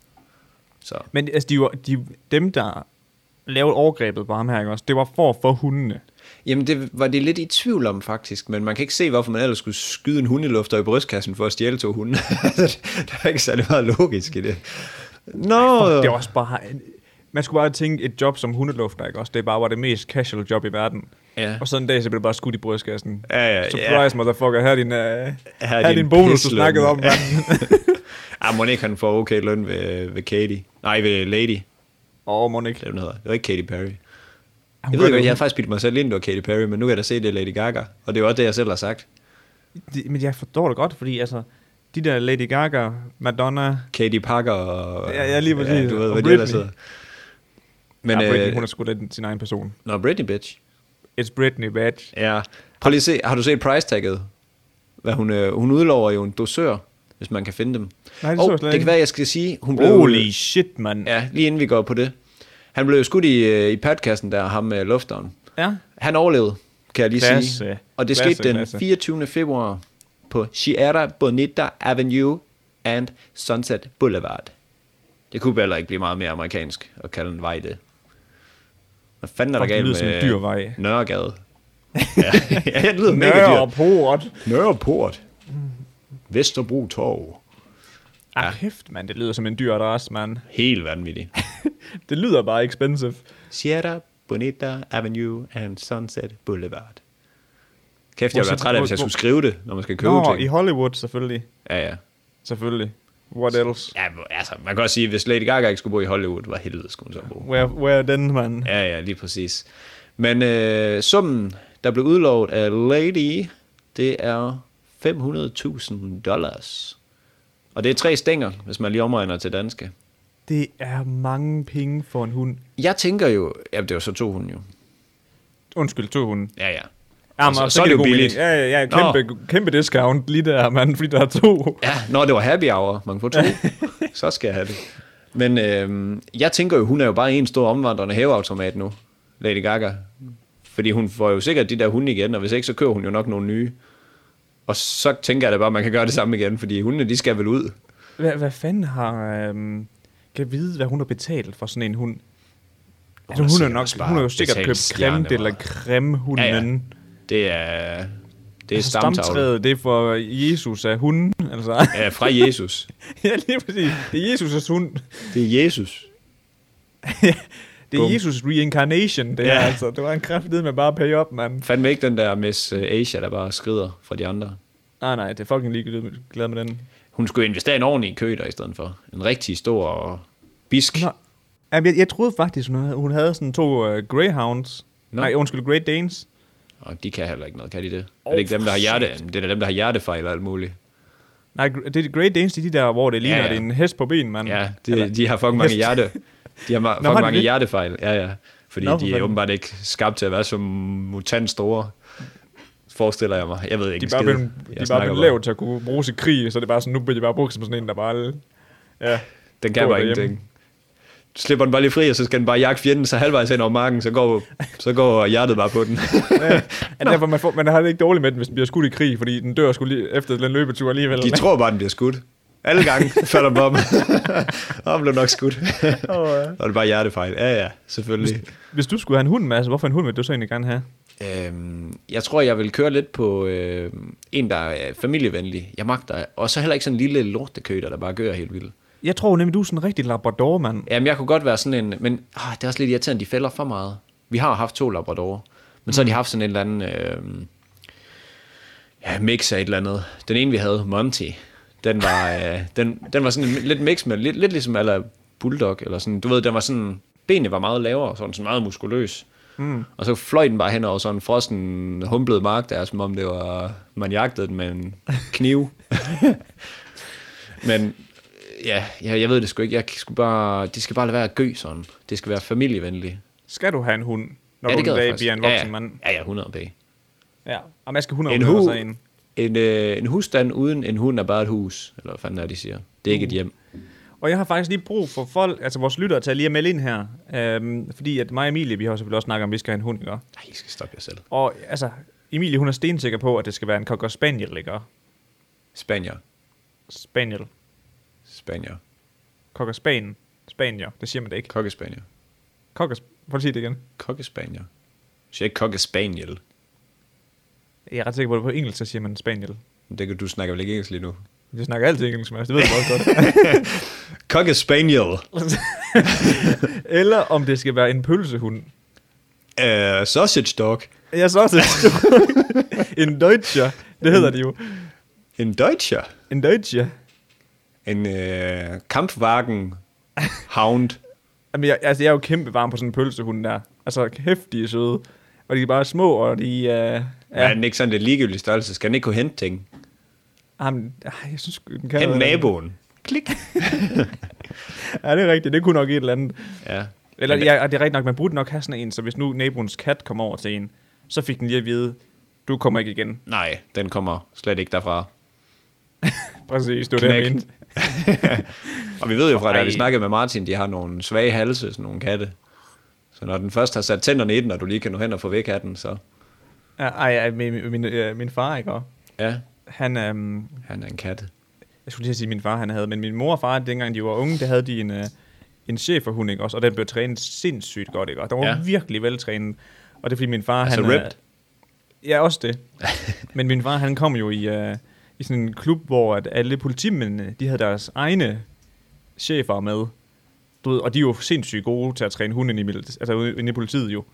S2: Så
S1: Men altså, de, var, de, dem, der lavede overgrebet på ham her, ikke også? Det var for for hundene.
S2: Jamen, det var det lidt i tvivl om, faktisk. Men man kan ikke se, hvorfor man ellers skulle skyde en hundelufter i brystkassen for at stjæle to hunde. Altså, der er ikke særlig meget logisk i det. Nå,
S1: Det var også bare... Man skulle bare tænke et job som hundelufter, ikke også? Det bare var det mest casual job i verden.
S2: Ja.
S1: Og så en dag, så blev det bare skudt i brystkassen.
S2: Ja, ja,
S1: Surprise, motherfucker. Her er din, uh, her
S2: er
S1: er
S2: din
S1: din bonus, du
S2: pisløn.
S1: snakkede om, mand.
S2: ah, må ikke han får okay løn ved, ved Katie? Nej, ved Lady,
S1: Åh, oh, Monik.
S2: det er, hun hedder. Det var ikke Katy Perry.
S1: Hun
S2: Jeg
S1: gør
S2: ved ikke,
S1: det
S2: jeg
S1: jo.
S2: har faktisk bildt mig selv ind, det var Katy Perry, men nu kan jeg da se, det er Lady Gaga. Og det er jo også det, jeg selv har sagt.
S1: Det, men jeg forstår det godt, fordi altså, de der Lady Gaga, Madonna...
S2: Katy Parker og...
S1: Ja, ja, lige præcis.
S2: du ved,
S1: Og
S2: hvad det ellers
S1: Britney.
S2: hedder.
S1: Men,
S2: Men,
S1: ja, Britney,
S2: ja,
S1: hun
S2: øh,
S1: er sgu da den- sin egen person.
S2: når Britney, bitch.
S1: It's Britney, bitch.
S2: Ja. Prøv lige at se, har du set price tagget? Hvad hun, øh, hun udlover jo en dosør, hvis man kan finde dem.
S1: Nej, det
S2: Og
S1: så jeg slet
S2: det
S1: ikke.
S2: kan være, jeg skal sige, hun blev...
S1: Holy shit, mand.
S2: Ja, lige inden vi går på det. Han blev jo skudt i, øh, i podcasten der, ham med lufteren.
S1: Ja.
S2: Han overlevede, kan jeg lige
S1: Klasse.
S2: sige. Og det
S1: Klasse,
S2: skete den
S1: klasse.
S2: 24. februar på Sierra Bonita Avenue and Sunset Boulevard. Det kunne heller ikke blive meget mere amerikansk at kalde en vej det. Hvad fanden er der
S1: Fuck, det
S2: galt
S1: lyder som en
S2: med
S1: dyr vej.
S2: Nørregade? ja, ja, det lyder mega
S1: Nørre og
S2: dyrt.
S1: Port.
S2: Nørreport. Vesterbro Torv.
S1: Ja. Ah, kæft, mand. Det lyder som en dyr adresse, mand.
S2: Helt vanvittigt.
S1: Det lyder bare expensive.
S2: Sierra Bonita Avenue and Sunset Boulevard. Kæft, jeg ville
S1: Hvor
S2: være
S1: så-
S2: træt af,
S1: hvor-
S2: hvis jeg
S1: hvor-
S2: skulle skrive det, når man skal købe
S1: Nå, i
S2: ting.
S1: Hollywood, selvfølgelig.
S2: Ja, ja.
S1: Selvfølgelig. What else?
S2: Ja, hvor- altså, man kan også sige, hvis Lady Gaga ikke skulle bo i Hollywood, hvor helvede skulle hun så bo?
S1: Where, where den, mand?
S2: Ja, ja, lige præcis. Men øh, summen, der blev udlovet af Lady, det er 500.000 dollars. Og det er tre stænger, hvis man lige omregner til danske.
S1: Det er mange penge for en hund.
S2: Jeg tænker jo, ja, det var så to hunde jo.
S1: Undskyld, to hunde.
S2: Ja, ja.
S1: Ja,
S2: Altså,
S1: men,
S2: så er
S1: giver
S2: det jo
S1: god mening.
S2: billigt.
S1: Ja, ja, ja.
S2: Nå.
S1: Kæmpe, kæmpe discount lige der, mand, fordi der er to.
S2: Ja, når det var happy hour, man kunne få to, så skal jeg have det. Men øh, jeg tænker jo, hun er jo bare en stor omvandrende hæveautomat nu, Lady Gaga. Fordi hun får jo sikkert de der hunde igen, og hvis ikke, så kører hun jo nok nogle nye. Og så tænker jeg da bare, at man kan gøre det samme igen, fordi hundene, de skal vel ud.
S1: Hvad, hvad fanden har... Øhm, kan vide, hvad hun har betalt for sådan en hund? Altså,
S2: har
S1: hun,
S2: sikkert
S1: er nok,
S2: også bare
S1: hun har jo sikkert
S2: betalt
S1: købt creme
S2: stjernevarer.
S1: de la creme hunden.
S2: Ja,
S1: Ja, ja.
S2: ja. Det er, det er
S1: Altså,
S2: stamtavlen.
S1: stamtræet, det er for Jesus af hunden, altså.
S2: Ja, fra Jesus.
S1: ja, lige præcis. Det er Jesus' hund.
S2: Det er Jesus.
S1: Det er
S2: Bum.
S1: Jesus reincarnation, det
S2: Ja.
S1: ja. er altså. Det var en kraft med bare at pay up, mand.
S2: Fandme ikke den der Miss øh, Asia, der bare skrider fra de andre. Ah,
S1: Nej, nej, det er fucking ligegyldigt glad med den.
S2: Hun skulle investere i en ordentlig køder i stedet for. En rigtig stor og bisk.
S1: Nå. Jamen, Jeg, jeg troede faktisk, hun havde, hun havde sådan to uh, greyhounds.
S2: Nå.
S1: No. Nej, undskyld, Great Danes.
S2: Og de kan heller ikke noget, kan de det? Oh, er
S1: Åh,
S2: det ikke dem, der har
S1: for
S2: hjerte? Det er da dem, der har hjertefejl og alt muligt.
S1: Nej, gr- det er de Great Danes, det er de der, hvor det ligner,
S2: ja.
S1: ja, ja. det er en hest på ben, mand.
S2: Ja, de,
S1: Mm. Eller-
S2: de har fucking mange
S1: Hest.
S2: hjerte. De har ma-
S1: har
S2: fucking
S1: de
S2: mange
S1: det?
S2: hjertefejl. Ja, ja. Fordi
S1: Nå,
S2: Nå,
S1: for
S2: de er
S1: fanden.
S2: åbenbart ikke skabt til at være som mutant store. Forestiller jeg mig. Jeg ved ikke
S1: de er
S2: en
S1: bare
S2: skid.
S1: blevet,
S2: Jeg
S1: de er bare
S2: snakker
S1: blevet lavet til at kunne bruges i krig, så det er bare sådan, nu bliver de bare brugt som sådan en, der bare... Ja,
S2: Den kan
S1: går
S2: bare
S1: derhjemme.
S2: ingenting. Du slipper den bare lige fri, og så skal den bare jagte fjenden, så halvvejs hen over marken, så går, så går hjertet bare på den.
S1: Ja, derfor man, får, man har det ikke dårligt med den, hvis den bliver skudt i krig, fordi den dør skulle lige efter den løbetur alligevel.
S2: De tror bare, den bliver skudt. Alle gange falder den om. Og den blev nok skudt.
S1: Åh, ja.
S2: Og det er bare hjertefejl. Ja, ja, selvfølgelig.
S1: Hvis du skulle have en hund, Mads, hvorfor en hund vil du så egentlig gerne have?
S2: Øhm, jeg tror, jeg vil køre lidt på øh, en, der er familievenlig. Jeg magter, og så heller ikke sådan en lille lortekøter, der bare gør helt vildt.
S1: Jeg tror nemlig, du er sådan en rigtig labrador, mand.
S2: Jamen, jeg kunne godt være sådan en, men ah, det er også lidt irriterende, de fælder for meget. Vi har jo haft to labradorer, men mm. så har de haft sådan en eller anden øh, ja, mix af et eller andet. Den ene, vi havde, Monty, den var, øh, den, den var sådan en, lidt mix med, lidt, lidt ligesom eller bulldog, eller sådan, du ved, den var sådan, benene var meget lavere, sådan, sådan meget muskuløs. Mm. Og så fløj den bare hen over sådan en frossen, humblet mark der, som om det var, man jagtede den med en kniv. Men ja, ja, jeg ved det sgu ikke. Jeg skulle bare, det skal bare lade være at gø sådan. Det skal være familievenligt.
S1: Skal du have en hund, når
S2: ja,
S1: du
S2: det
S1: en
S2: gad jeg
S1: dag
S2: faktisk.
S1: bliver en
S2: ja,
S1: voksen
S2: ja.
S1: mand?
S2: Ja, ja, 100 p.
S1: Ja. Og man skal 100
S2: En
S1: høre
S2: hund.
S1: sig en.
S2: En, øh, en husstand uden en hund er bare et hus, eller hvad fanden er det, de siger. Det er ikke et hjem.
S1: Og jeg har faktisk lige brug for folk, altså vores lyttere, til at lige at melde ind her. Øhm, fordi at mig og Emilie, vi har jo selvfølgelig også snakket om, at vi skal have en hund, ikke?
S2: Nej, I skal stoppe jer selv.
S1: Og altså, Emilie, hun er stensikker på, at det skal være en cocker spaniel, ikke?
S2: Spanier.
S1: Spaniel.
S2: Spanier.
S1: Cocker span. Spanier. Det siger man da ikke.
S2: Kokkespanier.
S1: Cocker... Prøv at sige det igen.
S2: Kokkespanier. Jeg siger ikke kokkespaniel.
S1: Jeg er ret sikker på, at på engelsk, så siger man spaniel.
S2: Det kan du snakker vel ikke engelsk lige nu.
S1: Jeg snakker altid engelsk, Mads. Det ved du også godt.
S2: Kokkespaniel.
S1: Eller om det skal være en pølsehund.
S2: Uh, sausage dog.
S1: Jeg så også en deutscher. Det hedder de jo.
S2: En deutscher.
S1: En deutscher.
S2: En uh, kampwagen hound.
S1: Jamen, jeg, altså, jeg er jo kæmpe varm på sådan en pølsehund der. Altså, hæftige søde. Og de er bare små, og de... Øh,
S2: Ja. Er
S1: ja,
S2: den ikke sådan lidt ligegyldig størrelse? Skal den ikke kunne hente ting?
S1: jamen, ej, jeg synes, sgu, den kan...
S2: Hente
S1: noget.
S2: naboen. Klik.
S1: Ja, det er rigtigt. Det kunne nok et eller andet.
S2: Ja.
S1: Eller,
S2: Men-
S1: ja, og det er rigtigt nok, man burde nok have sådan en, så hvis nu naboens kat kommer over til en, så fik den lige at vide, du kommer ikke igen.
S2: Nej, den kommer slet ikke derfra.
S1: Præcis, det var det, jeg
S2: Knægt.
S1: mente.
S2: Og vi ved jo fra, da vi
S1: Ej.
S2: snakkede med Martin, de har nogle svage halse, sådan nogle katte. Så når den først har sat tænderne i den, og du lige kan nå hen og få væk af den, så...
S1: Ja, Ej, ej, min, min, øh, min far, ikke? Og
S2: Ja,
S1: Han, øhm,
S2: han er en katte.
S1: jeg skulle lige sige, at min far han havde, men min mor og far, dengang de var unge, der havde de en, øh, en cheferhund, ikke også? Og den blev trænet sindssygt godt, ikke? Og den var
S2: Ja.
S1: ja. virkelig veltrænet. Og det er fordi min far,
S2: Altså
S1: han... øh,
S2: ripped?
S1: Ja, også det. men min far, han kom jo i, øh, i sådan en klub, hvor at alle politimændene, de havde deres egne chefer med. Du ved, og de er jo sindssygt gode til at træne hunden i, milit- altså ude- inde i politiet jo.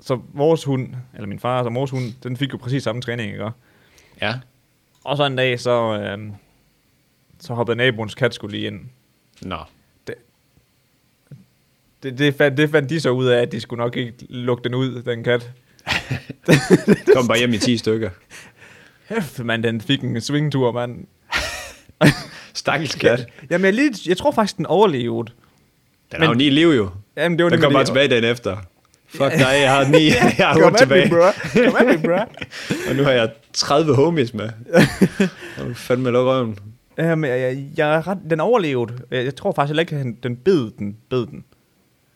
S1: Så vores hund, eller min far og vores hund, den fik jo præcis samme træning, ikke?
S2: Ja.
S1: Og så en dag, så, øh, så hoppede naboens kat skulle lige ind.
S2: Nå.
S1: Det, det, fandt, det fandt de så ud af, at de skulle nok ikke lukke den ud, den kat.
S2: Kom bare hjem i 10 stykker.
S1: Hæft, mand, den fik en svingtur, mand.
S2: Stakkels kat.
S1: Jamen, jeg, lige, jeg tror faktisk, den overlevede.
S2: Den
S1: Men-
S2: har jo ni i liv jo.
S1: Jamen, det var
S2: Den
S1: nemlig
S2: kommer bare
S1: det.
S2: tilbage dagen efter. Fuck dig, jeg har ni, jeg har
S1: Kom
S2: otte
S1: at mig,
S2: tilbage.
S1: bro. Kom at mig, bro.
S2: Og nu har jeg 30 homies med. Og du fandme luk røven.
S1: Jamen, Øhm, jeg, jeg, jeg er ret, den overlevede. Jeg, jeg tror faktisk heller ikke, at han- den bed den. Bed den.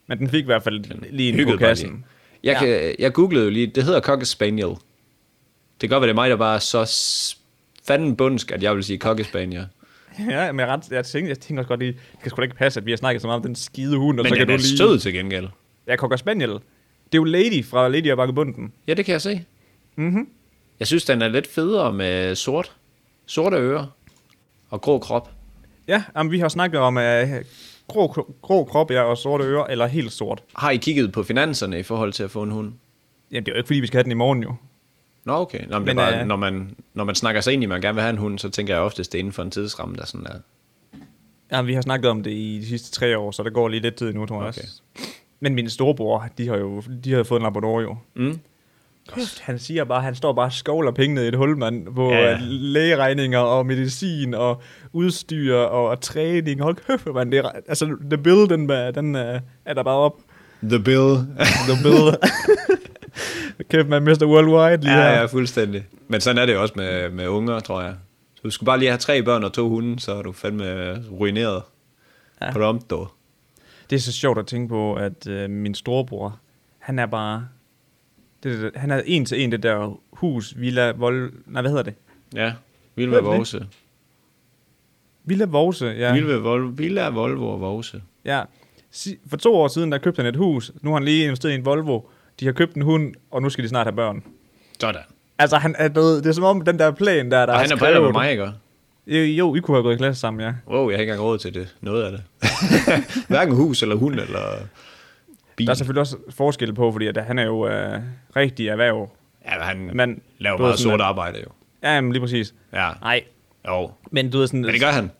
S1: Men den fik i hvert fald lige en på
S2: hyggede bare
S1: kassen.
S2: lige. Jeg, ja. kan, jeg googlede jo lige, det hedder Cocker Spaniel. Det kan godt være, det er mig, der bare er så s- fanden bundsk, at jeg vil sige Cocker Spaniel.
S1: Ja, men jeg, er ret, jeg, tænkte, jeg tænkte også godt lige, det kan sgu da ikke passe, at vi har snakket så meget om den skide hund, og
S2: Men
S1: så kan
S2: den
S1: du
S2: er
S1: lige...
S2: stød til gengæld.
S1: Ja, Cocker Spaniel. Det er jo Lady fra Lady og Bakkebunden.
S2: Ja, det kan jeg se. Mm-hmm. Jeg synes, den er lidt federe med sort. Sorte ører og grå krop.
S1: Ja, jamen, vi har snakket om uh, grå, grå krop ja, og sorte ører, eller helt sort.
S2: Har I kigget på finanserne i forhold til at få en hund?
S1: Jamen, det er jo ikke, fordi vi skal have den i morgen jo.
S2: Nå, okay. Nå, men
S1: Men,
S2: men, det er bare,
S1: øh,
S2: når, man, når man snakker sig ind i, at man gerne vil have en hund, så tænker jeg oftest, det er inden for en tidsramme, der sådan er.
S1: Jamen, vi har snakket om det i de sidste tre år, så der går lige lidt tid nu, tror jeg
S2: Okay.
S1: også. Men min storebror, de har jo de har fået en Labrador jo.
S2: Mm.
S1: Kæft, han siger bare, han står bare og skovler pengene i et hul, mand, på
S2: Ja,
S1: ja,
S2: ja.
S1: ja. lægeregninger og medicin og udstyr og, og træning. Hold kæft, mand. Det er, re- altså, the bill, den, er- den er, er der bare op.
S2: The bill.
S1: The bill. kæft, man, Mr. Worldwide lige her.
S2: Ja, ja, fuldstændig. Men sådan er det jo også med, med unger, tror jeg. Så du skal bare lige have tre børn og to hunde, så er du fandme ruineret. Ja.
S1: Ja.
S2: Pronto.
S1: Det er så sjovt at tænke på, at øh, min storebror, han er bare... Det, det, han er en til en det der hus, Villa Vol... Nej, hvad hedder det?
S2: Ja,
S1: Ved
S2: Vilva
S1: du det?
S2: Vose.
S1: Villa Vose, ja.
S2: Vilva Vol- Villa Volvo og Vose.
S1: ja. Si- For to år siden, der købte han et hus. Nu har han lige investeret i en Volvo. De har købt en hund, og nu skal de snart have børn.
S2: Sådan.
S1: Altså, han er noget, det er som om den der plan der, der
S2: Og han er på alder med mig, ikke? også?
S1: Jo, jo, I kunne have gået i klasse sammen, ja.
S2: Wow, jeg har ikke engang råd til det. Noget af det. Hverken hus eller hund eller bil.
S1: Der er selvfølgelig også forskel på, fordi at han er jo øh, rigtig erhverv.
S2: Ja, men han
S1: Men,
S2: laver
S1: du ved
S2: meget
S1: sådan,
S2: sort arbejde jo.
S1: Ja, jamen, lige præcis.
S2: Ja,
S1: Nej,
S2: jo.
S1: men du ved sådan...
S2: Men det gør han.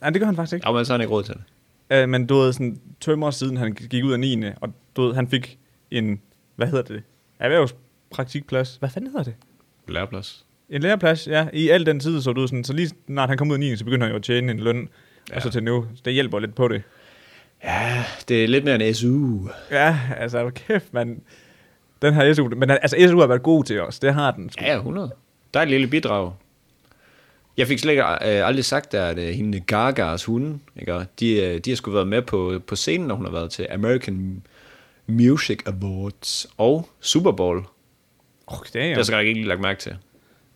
S1: Nej, det gør han faktisk ikke.
S2: Jo, men så har han ikke råd til det.
S1: Øh, men du ved, sådan, tømmer siden han gik ud af 9. Og du ved, han fik en, hvad hedder det? Erhvervspraktikplads. Hvad fanden hedder det?
S2: Læreplads.
S1: En læreplads, ja. I al den tid så du ud sådan, så lige snart han kom ud af 9. så begyndte han jo at tjene en løn. Ja. Og så til nu, så det hjælper lidt på det.
S2: Ja, det er lidt mere en SU.
S1: Ja, altså hvor kæft, man. Den her SU, men altså SU har været god til os, det har den sgu.
S2: Ja, ja, 100. Der er et lille bidrag. Jeg fik slet ikke, øh, aldrig sagt, at øh, hende Gagas hunde, ikke? og de, øh, de har sgu været med på, på scenen, når hun har været til American Music Awards og Super Bowl. Ja.
S1: Okay, det er
S2: Det
S1: jo.
S2: har jeg så ikke lige lagt mærke til.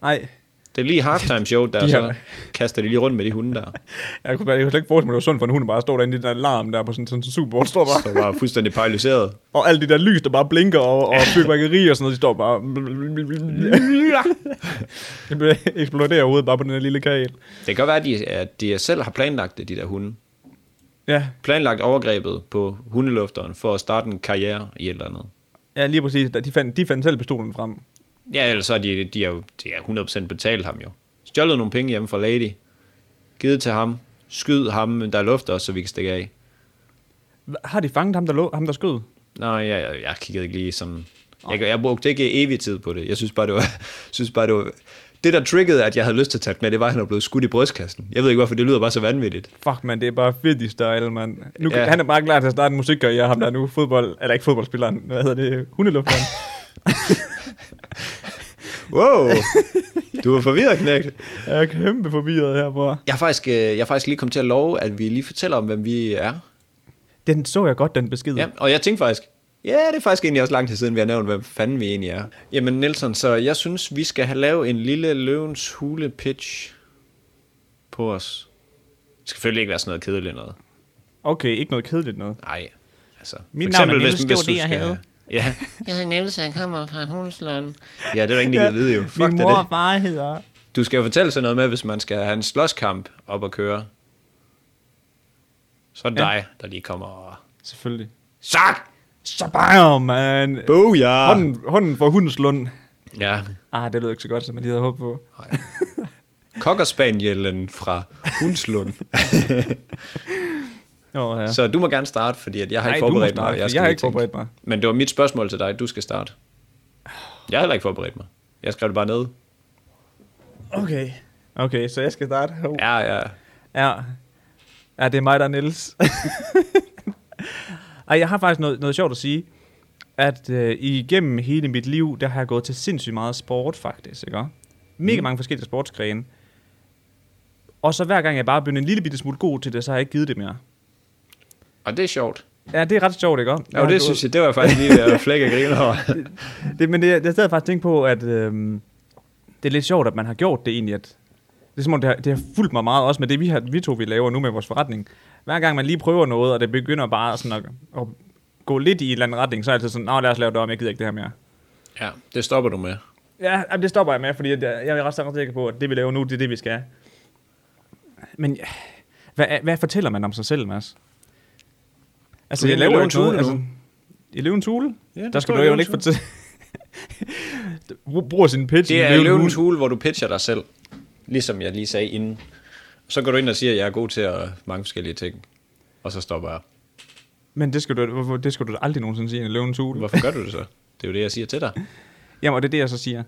S1: Nej,
S2: Det er lige halftime show, der
S1: De
S2: de
S1: har-
S2: så kaster de lige rundt med de hunde der.
S1: jeg kunne, bare- jeg kunne slet ikke forestille mig, at det var sundt for en hund, at bare stå derinde i den der larm der på sådan, sådan en Super Bowl, står bare,
S2: Så var jeg fuldstændig paralyseret.
S1: og alle de der lys, der bare blinker, og, og fyrværkeri og sådan noget, de står bare, det bliver- eksploderer hovedet bare på den der lille kagel.
S2: Det kan godt være, at de, at de selv har planlagt det, de der hunde.
S1: Ja,
S2: Planlagt overgrebet på hundelufteren for at starte en karriere i et eller andet.
S1: ja, lige præcis, de fandt, de fandt selv pistolen frem.
S2: Ja, ellers så er de, de, har jo de har 100% betalt ham jo. Stjålet nogle penge hjemme fra Lady. Givet til ham. Skyd ham, men der er luft også, så vi kan stikke af.
S1: Hva- Har de fanget ham, der, lå, ham, der skød?
S2: Nå, jeg, jeg, jeg kiggede ikke lige sådan... Jeg, jeg brugte ikke evig tid på det. Jeg synes bare, det var... Synes bare, det, var det, der triggede, at jeg havde lyst til at tage den med, det var, at han var blevet skudt i brystkassen. Jeg ved ikke, hvorfor det lyder bare så vanvittigt.
S1: Fuck, man, det er bare fedt i style, mand. Nu,
S2: Ja.
S1: ja. Han er bare klar til at starte en musikkarriere, ham der er nu fodbold, eller ikke fodboldspilleren, hvad hedder det, hundelufteren.
S2: Wow! Du er forvirret, knægt.
S1: Jeg er kæmpe forvirret her, bror.
S2: Jeg har faktisk, øh, jeg har faktisk lige kommet til at love, at vi lige fortæller om, hvem vi er.
S1: Den så jeg godt, den besked.
S2: Ja, og jeg tænkte faktisk, ja, det er faktisk egentlig også lang tid siden, vi har nævnt, hvem fanden vi egentlig er. Jamen Nelson, så jeg synes, vi skal have lavet en lille løvens hule pitch på os. Det skal selvfølgelig ikke være sådan noget kedeligt noget.
S1: Okay, ikke noget kedeligt noget.
S2: Nej, altså.
S1: Mit
S2: for
S1: navn er Niels,
S2: hvis,
S1: det
S2: hvis
S1: var
S2: du
S1: det, jeg
S2: skal-
S1: havde.
S2: Ja,
S3: Jeg hedder Niels, og jeg kommer fra Hundslund.
S2: ja det er der ingen, der kan vide jo. Fuck det, er det.
S1: far hedder...
S2: Du skal jo fortælle sådan noget med, hvis man skal have en slåskamp op at køre. Så er det
S1: Ja.
S2: ja. dig, der lige kommer og...
S1: Selvfølgelig.
S2: Så!
S1: Så bare, man.
S2: Booyah!
S1: Hånden, hånden for hundslund.
S2: Ja,
S1: Ah, det lød ikke så godt, som man lige havde håbet på.
S2: Kokkerspanielen fra Hundslund.
S1: Jo, ja.
S2: Så du må gerne starte, fordi at jeg har
S1: Nej,
S2: ikke
S1: du må
S2: forberedt mig.
S1: starte,
S2: og
S1: jeg,
S2: skal
S1: jeg har
S2: lige
S1: ikke
S2: tænke.
S1: forberedt mig.
S2: Men det var mit spørgsmål til dig. Du skal starte. Jeg har heller ikke forberedt mig. Jeg skrev det bare ned.
S1: Okay. Okay, så jeg skal starte. Oh.
S2: Ja, ja.
S1: Ja. Ja, det er mig, der er Niels. Ej, jeg har faktisk noget, noget sjovt at sige. At øh, igennem hele mit liv, der har jeg gået til sindssygt meget sport, faktisk. Ikke? Mega
S2: Mm.
S1: mange forskellige sportsgrene. Og så hver gang jeg bare er blevet en lille bitte smule god til det, så har jeg ikke givet det mere.
S2: Og det er sjovt.
S1: Ja, det er ret sjovt, ikke?
S2: Ja, det synes jeg, det var faktisk lige ved at flække og grine over.
S1: Det, men det, jeg sad faktisk og tænkte på, at øhm, det er lidt sjovt, at man har gjort det egentlig. At, det er som om, det har, det har fulgt mig meget også med det, vi, har, vi to vi laver nu med vores forretning. Hver gang man lige prøver noget, og det begynder bare sådan at, at gå lidt i en eller anden retning, så er jeg altid sådan, nej, lad os lave det om, jeg gider ikke det her mere.
S2: Ja, det stopper du med.
S1: Ja, jamen, det stopper jeg med, fordi jeg, jeg er ret ret sikker på, at det vi laver nu, det er det, vi skal. Men ja, hvad, hvad fortæller man om sig selv, Mads? Altså,
S2: Du
S1: jeg
S2: er inde i
S1: laver jo
S2: Løvens Hule
S1: noget,
S2: nu.
S1: altså, I løvens hule?
S2: Ja,
S1: der
S2: du
S1: skal
S2: står
S1: du
S2: i
S1: jo
S2: Løvens
S1: ikke fortælle... Bruger sin pitch
S2: Det
S1: i
S2: er løvens
S1: Hule.
S2: hule, hvor du pitcher dig selv. Ligesom jeg lige sagde inden. Så går du ind og siger, at jeg er god til at mange forskellige ting. Og så stopper jeg.
S1: Men det skal du, hvorfor- det skal du da aldrig nogensinde sige i løvens hule.
S2: Hvorfor gør du det så? Det er jo det, jeg siger til dig.
S1: Jamen, og det er det, jeg så siger.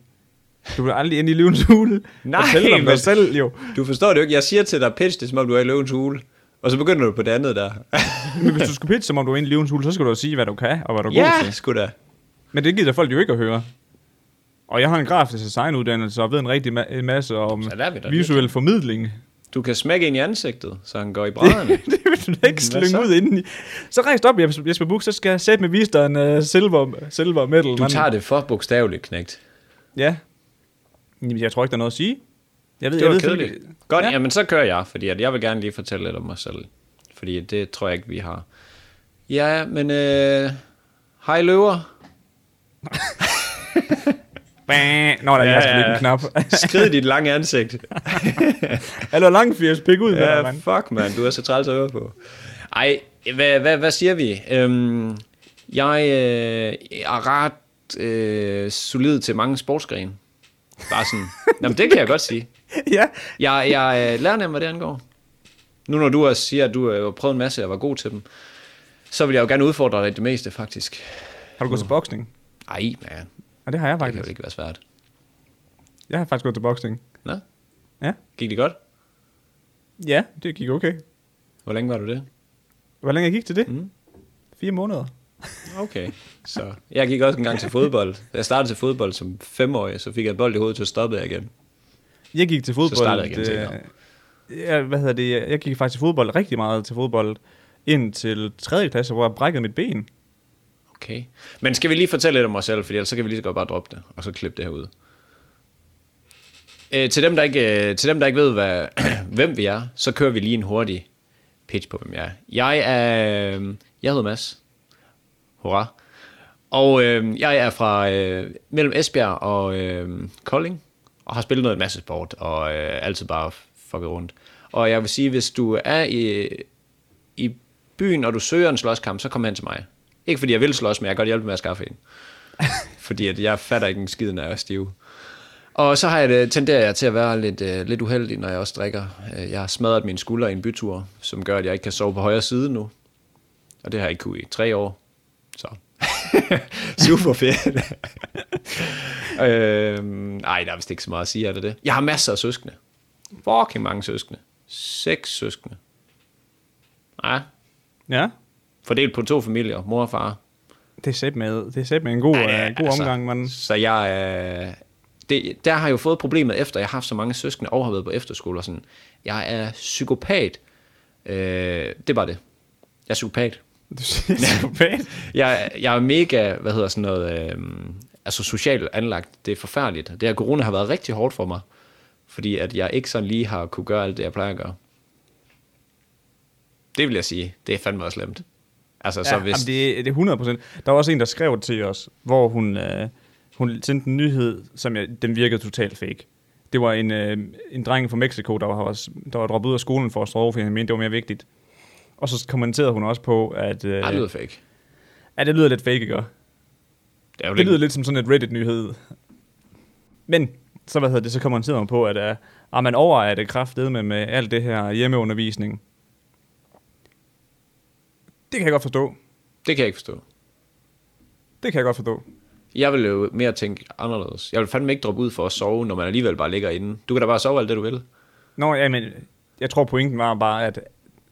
S1: Du vil aldrig ind i løvens hule.
S2: Nej,
S1: Fortæl om
S2: men-
S1: dig selv, jo.
S2: Du forstår det jo ikke. Jeg siger til dig, pitch det, som om du er i løvens hule. Og så begynder du på det andet der.
S1: Men hvis du skal pitche, som om du er inde i løvens hule, så skal du jo sige, hvad du kan, og hvad du er god
S2: ja,
S1: til.
S2: sgu da.
S1: Men det gider folk jo ikke at høre. Og jeg har en grafisk designuddannelse og ved en rigtig ma- en masse om
S2: Så lærer vi da lidt.
S1: visuel formidling.
S2: Du kan smække ind i ansigtet, så han går i brædderne.
S1: det vil du da ikke
S2: Hvad
S1: slynge
S2: så?
S1: ud indeni. Så rejst op, Jesper Jesper Buch, så skal jeg sætte med visteren uh, silver, silver medal.
S2: Du tager det for bogstaveligt, knægt.
S1: Ja. Jamen, jeg tror ikke, der er noget at sige. Jeg ved,
S2: Det
S1: jeg
S2: var
S1: ved,
S2: kedeligt.
S1: selvfølgelig-
S2: Godt,
S1: Ja.
S2: ja. jamen så kører jeg, fordi at jeg vil gerne lige fortælle lidt om mig selv. Fordi det tror jeg ikke, vi har. Ja, men øh, hej løver.
S1: Bæh. Nå, der er
S2: Ja,
S1: ja, ja,
S2: ja,
S1: ja.
S2: ja.
S1: en knap.
S2: Skrid dit lange ansigt.
S1: Eller lang 80, pik ud med ja, dig,
S2: Ja,
S1: mand.
S2: fuck, man. Du er så træls at høre på. Ej, hvad, hvad, hvad siger vi? Øhm, jeg øh, er ret øh, solid til mange sportsgrene. Bare sådan. Jamen, det kan jeg godt sige.
S1: ja.
S2: Jeg, jeg øh, lærer nemlig, hvad det angår. Nu når du også siger, at du øh, har prøvet en masse og var god til dem, så vil jeg jo gerne udfordre dig i det meste, faktisk.
S1: Har du gået til boksning?
S2: Ej, man.
S1: Ja, det har jeg
S2: Det kan jo
S1: faktisk.
S2: ikke være svært.
S1: Jeg har faktisk gået til boksning.
S2: Nå?
S1: Ja.
S2: Gik det godt?
S1: Ja, det gik okay.
S2: Hvor længe var du det?
S1: Hvor længe jeg gik til det?
S2: Mm.
S1: Mm. Fire måneder.
S2: Okay, så jeg gik også en gang til fodbold. Da Jeg startede til fodbold som femårig, så fik jeg en bold i hovedet, så stoppede jeg igen.
S1: Jeg gik til fodbold.
S2: startede jeg igen
S1: øh,
S2: senere.
S1: ja, hvad hedder det? Jeg gik faktisk til fodbold, rigtig meget til fodbold, indtil 3. klasse, hvor jeg brækkede mit ben.
S2: Okay. Men skal vi lige fortælle lidt om os selv, for ellers så kan vi lige så godt bare droppe det, og så klippe det her ud. Øh, til, dem, der ikke, øh, til dem, der ikke ved, hvad, hvem vi er, så kører vi lige en hurtig pitch på, hvem jeg er. Jeg er... øh, Jeg hedder Mads. Hurra. Og øh, jeg er fra øh, mellem Esbjerg og øh, Kolding, og har spillet noget masse sport, og øh, altid bare fucket rundt. Og jeg vil sige, hvis du er i, i byen, og du søger en slåskamp, så kom hen til mig. Ikke fordi jeg vil slås, men jeg kan godt hjælpe med at skaffe en. fordi at jeg fatter ikke en skid, når jeg er stiv. Og så har jeg det, tenderer jeg til at være lidt, øh, lidt uheldig, når jeg også drikker. Øh, Jeg har smadret min skulder i en bytur, som gør, at jeg ikke kan sove på højre side nu. Og det har jeg ikke kunnet i tre år. Så super fedt. øhm, ej, der er vist ikke så meget at sige, er der det? Jeg har masser af søskende. Fucking mange søskende. Seks søskende. Nej,
S1: Ja,
S2: fordelt på to familier, mor og far.
S1: det er sæt med, det er sæt med en god, ja, god
S2: altså.
S1: omgang, mand.
S2: Så jeg, øh, det, der har jeg jo fået problemet efter, jeg har haft så mange søskende og har været på efterskole. Og sådan. Jeg er psykopat. Øh, det er bare det. Jeg er psykopat.
S1: Du siger psykopat.
S2: Jeg, jeg er mega, hvad hedder sådan noget, øh, altså socialt anlagt. Det er forfærdeligt. Det her corona har været rigtig hårdt for mig. Fordi at jeg ikke sådan lige har kunne gøre alt det, jeg plejer at gøre. Det vil jeg sige. Det er fandme også slemt. Altså, ja, så
S1: Ja,
S2: hvis,
S1: jamen, det, er- det er 100%. Der var også en, der skrev til os, hvor hun, øh, hun sendte en nyhed, som jeg, den virkede totalt fake. Det var en, øh, en dreng fra Mexico, der var, også, der var droppet ud af skolen for at strove, fordi han mente, det var mere vigtigt. Og så kommenterede hun også på, at... Øh,
S2: Ej, det lyder fake.
S1: Ja, det lyder lidt fake, ikke?
S2: Det, er jo
S1: Det
S2: lidt-
S1: lyder lidt som sådan et Reddit-nyhed. Men, så hvad hedder det, så kommenterede hun på, at uh, er man over at det kraftedeme med alt det her hjemmeundervisning. Det kan jeg godt forstå.
S2: det kan jeg ikke forstå.
S1: Det kan jeg godt forstå.
S2: Jeg vil jo mere tænke anderledes. Jeg vil fandme ikke droppe ud for at sove, når man alligevel bare ligger inde. Du kan da bare sove alt det, du vil.
S1: Nå, ja, men jeg tror pointen var bare, at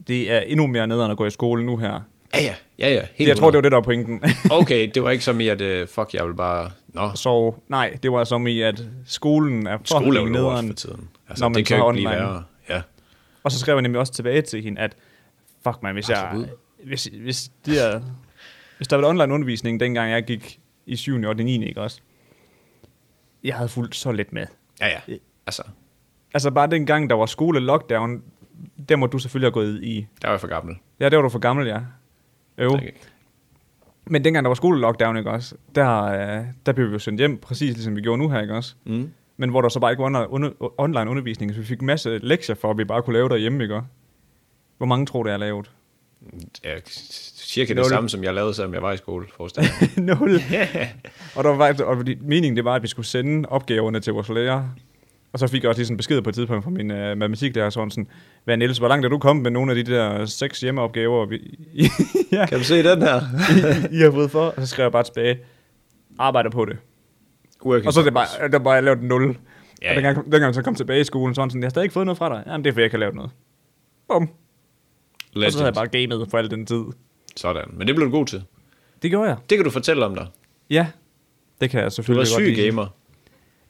S1: det er endnu mere nederen at gå i skole nu her.
S2: Ja, ja, ja, ja. Helt
S1: Det, jeg tror, det var det, der var pointen.
S2: var... Okay, det var ikke som i, at øh, fuck, jeg vil bare... Nå,
S1: Så nej, det var som i, at skolen er
S2: skole er jo
S1: fucking
S2: lort for
S1: nederen.
S2: tiden. Altså,
S1: Når
S2: Nå,
S1: man
S2: det kan
S1: så
S2: jo
S1: er
S2: ikke blive
S1: online.
S2: værre. Ja.
S1: Og så skrev jeg nemlig også tilbage til hende, at fuck man, hvis
S2: Absolut.
S1: jeg... Hvis, hvis, de der, hvis der var online undervisning, dengang jeg gik i 7. og 9. ikke også? Jeg havde fulgt så lidt med.
S2: ja, ja. Altså,
S1: Altså bare dengang, der var skole-lockdown, der må du selvfølgelig have gået i.
S2: der var jeg for gammel.
S1: Ja, der var du for gammel, ja. Øv.
S2: Okay.
S1: Men dengang der var skole-lockdown, ikke også? Der, øh, der blev vi jo sendt hjem, præcis ligesom vi gjorde nu her, ikke også?
S2: Mm.
S1: Men hvor der så bare ikke var under, under, online undervisning, så vi fik en masse lektier for, at vi bare kunne lave derhjemme, ikke også? Hvor mange tror du, jeg har lavet?
S2: Ja, cirka det
S1: Nul.
S2: samme, som jeg lavede, selvom jeg var i skole, forestiller jeg.
S1: Nul. og, der var, faktisk- og fordi meningen det var, at vi skulle sende opgaverne til vores lærer. Og så fik jeg også lige sådan en besked på et tidspunkt fra min øh, matematiklærer, sådan sådan, hvad Niels, hvor langt er du kommet med nogle af de der seks hjemmeopgaver, vi, I, ja,
S2: Kan du se den her?
S1: I, I har fået for? Og så skrev jeg bare tilbage, arbejder på det.
S2: Working
S1: Og så er det
S2: progress.
S1: bare, der bare jeg lavet nul.
S2: Ja,
S1: Ja,
S2: ja.
S1: og dengang, dengang jeg så kom tilbage i skolen, sådan sådan, jeg har stadig ikke fået noget fra dig. Jamen, det er fordi, jeg kan lave noget. Bum. Og så havde jeg
S2: Legend.
S1: bare gamet for al den tid.
S2: Sådan. Men det blev du god til.
S1: Det gjorde jeg.
S2: Det kan du fortælle om dig.
S1: Ja, det kan jeg
S2: Du var
S1: selvfølgelig godt
S2: syg
S1: lide.
S2: gamer.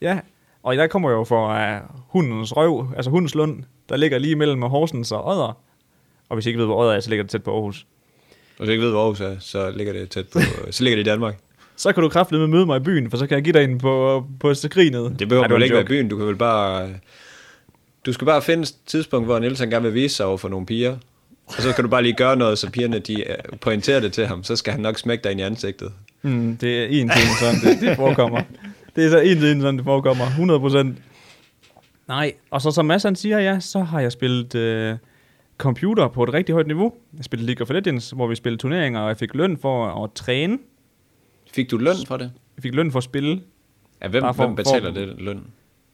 S1: Ja, og der kommer jeg jo fra uh, hundens røv, altså hundens lund, der ligger lige mellem Horsens og Odder. Og hvis I ikke ved, hvor Odder er, så ligger det tæt på Aarhus.
S2: Og du ikke ved, hvor Aarhus er, så ligger det tæt på, så ligger det i Danmark.
S1: Så kan du kraftedeme med møde mig i byen, for så kan jeg give dig en på, på skrinet.
S2: Det behøver
S1: Ej, var
S2: vel
S1: en
S2: ikke være i
S1: joke.
S2: byen. Du kan vel bare... Du skal bare finde et tidspunkt, hvor Niels han gerne vil vise sig over for nogle piger. Og så kan du bare lige gøre noget, så pigerne de øh, pointerer det til ham. Så skal han nok smække dig ind i ansigtet.
S1: Mm, det er en ting, sådan det, det forekommer. Det er så en ting, sådan det forekommer. 100 procent. Nej, og så som Mads han siger, ja, så har jeg spillet øh, computer på et rigtig højt niveau. Jeg spillede League of Legends, hvor vi spillede turneringer, og jeg fik løn for at træne.
S2: Fik du løn for det?
S1: Jeg fik løn for at spille.
S2: Ja, hvem,
S1: Bare for-
S2: hvem betaler
S1: for-
S2: det løn?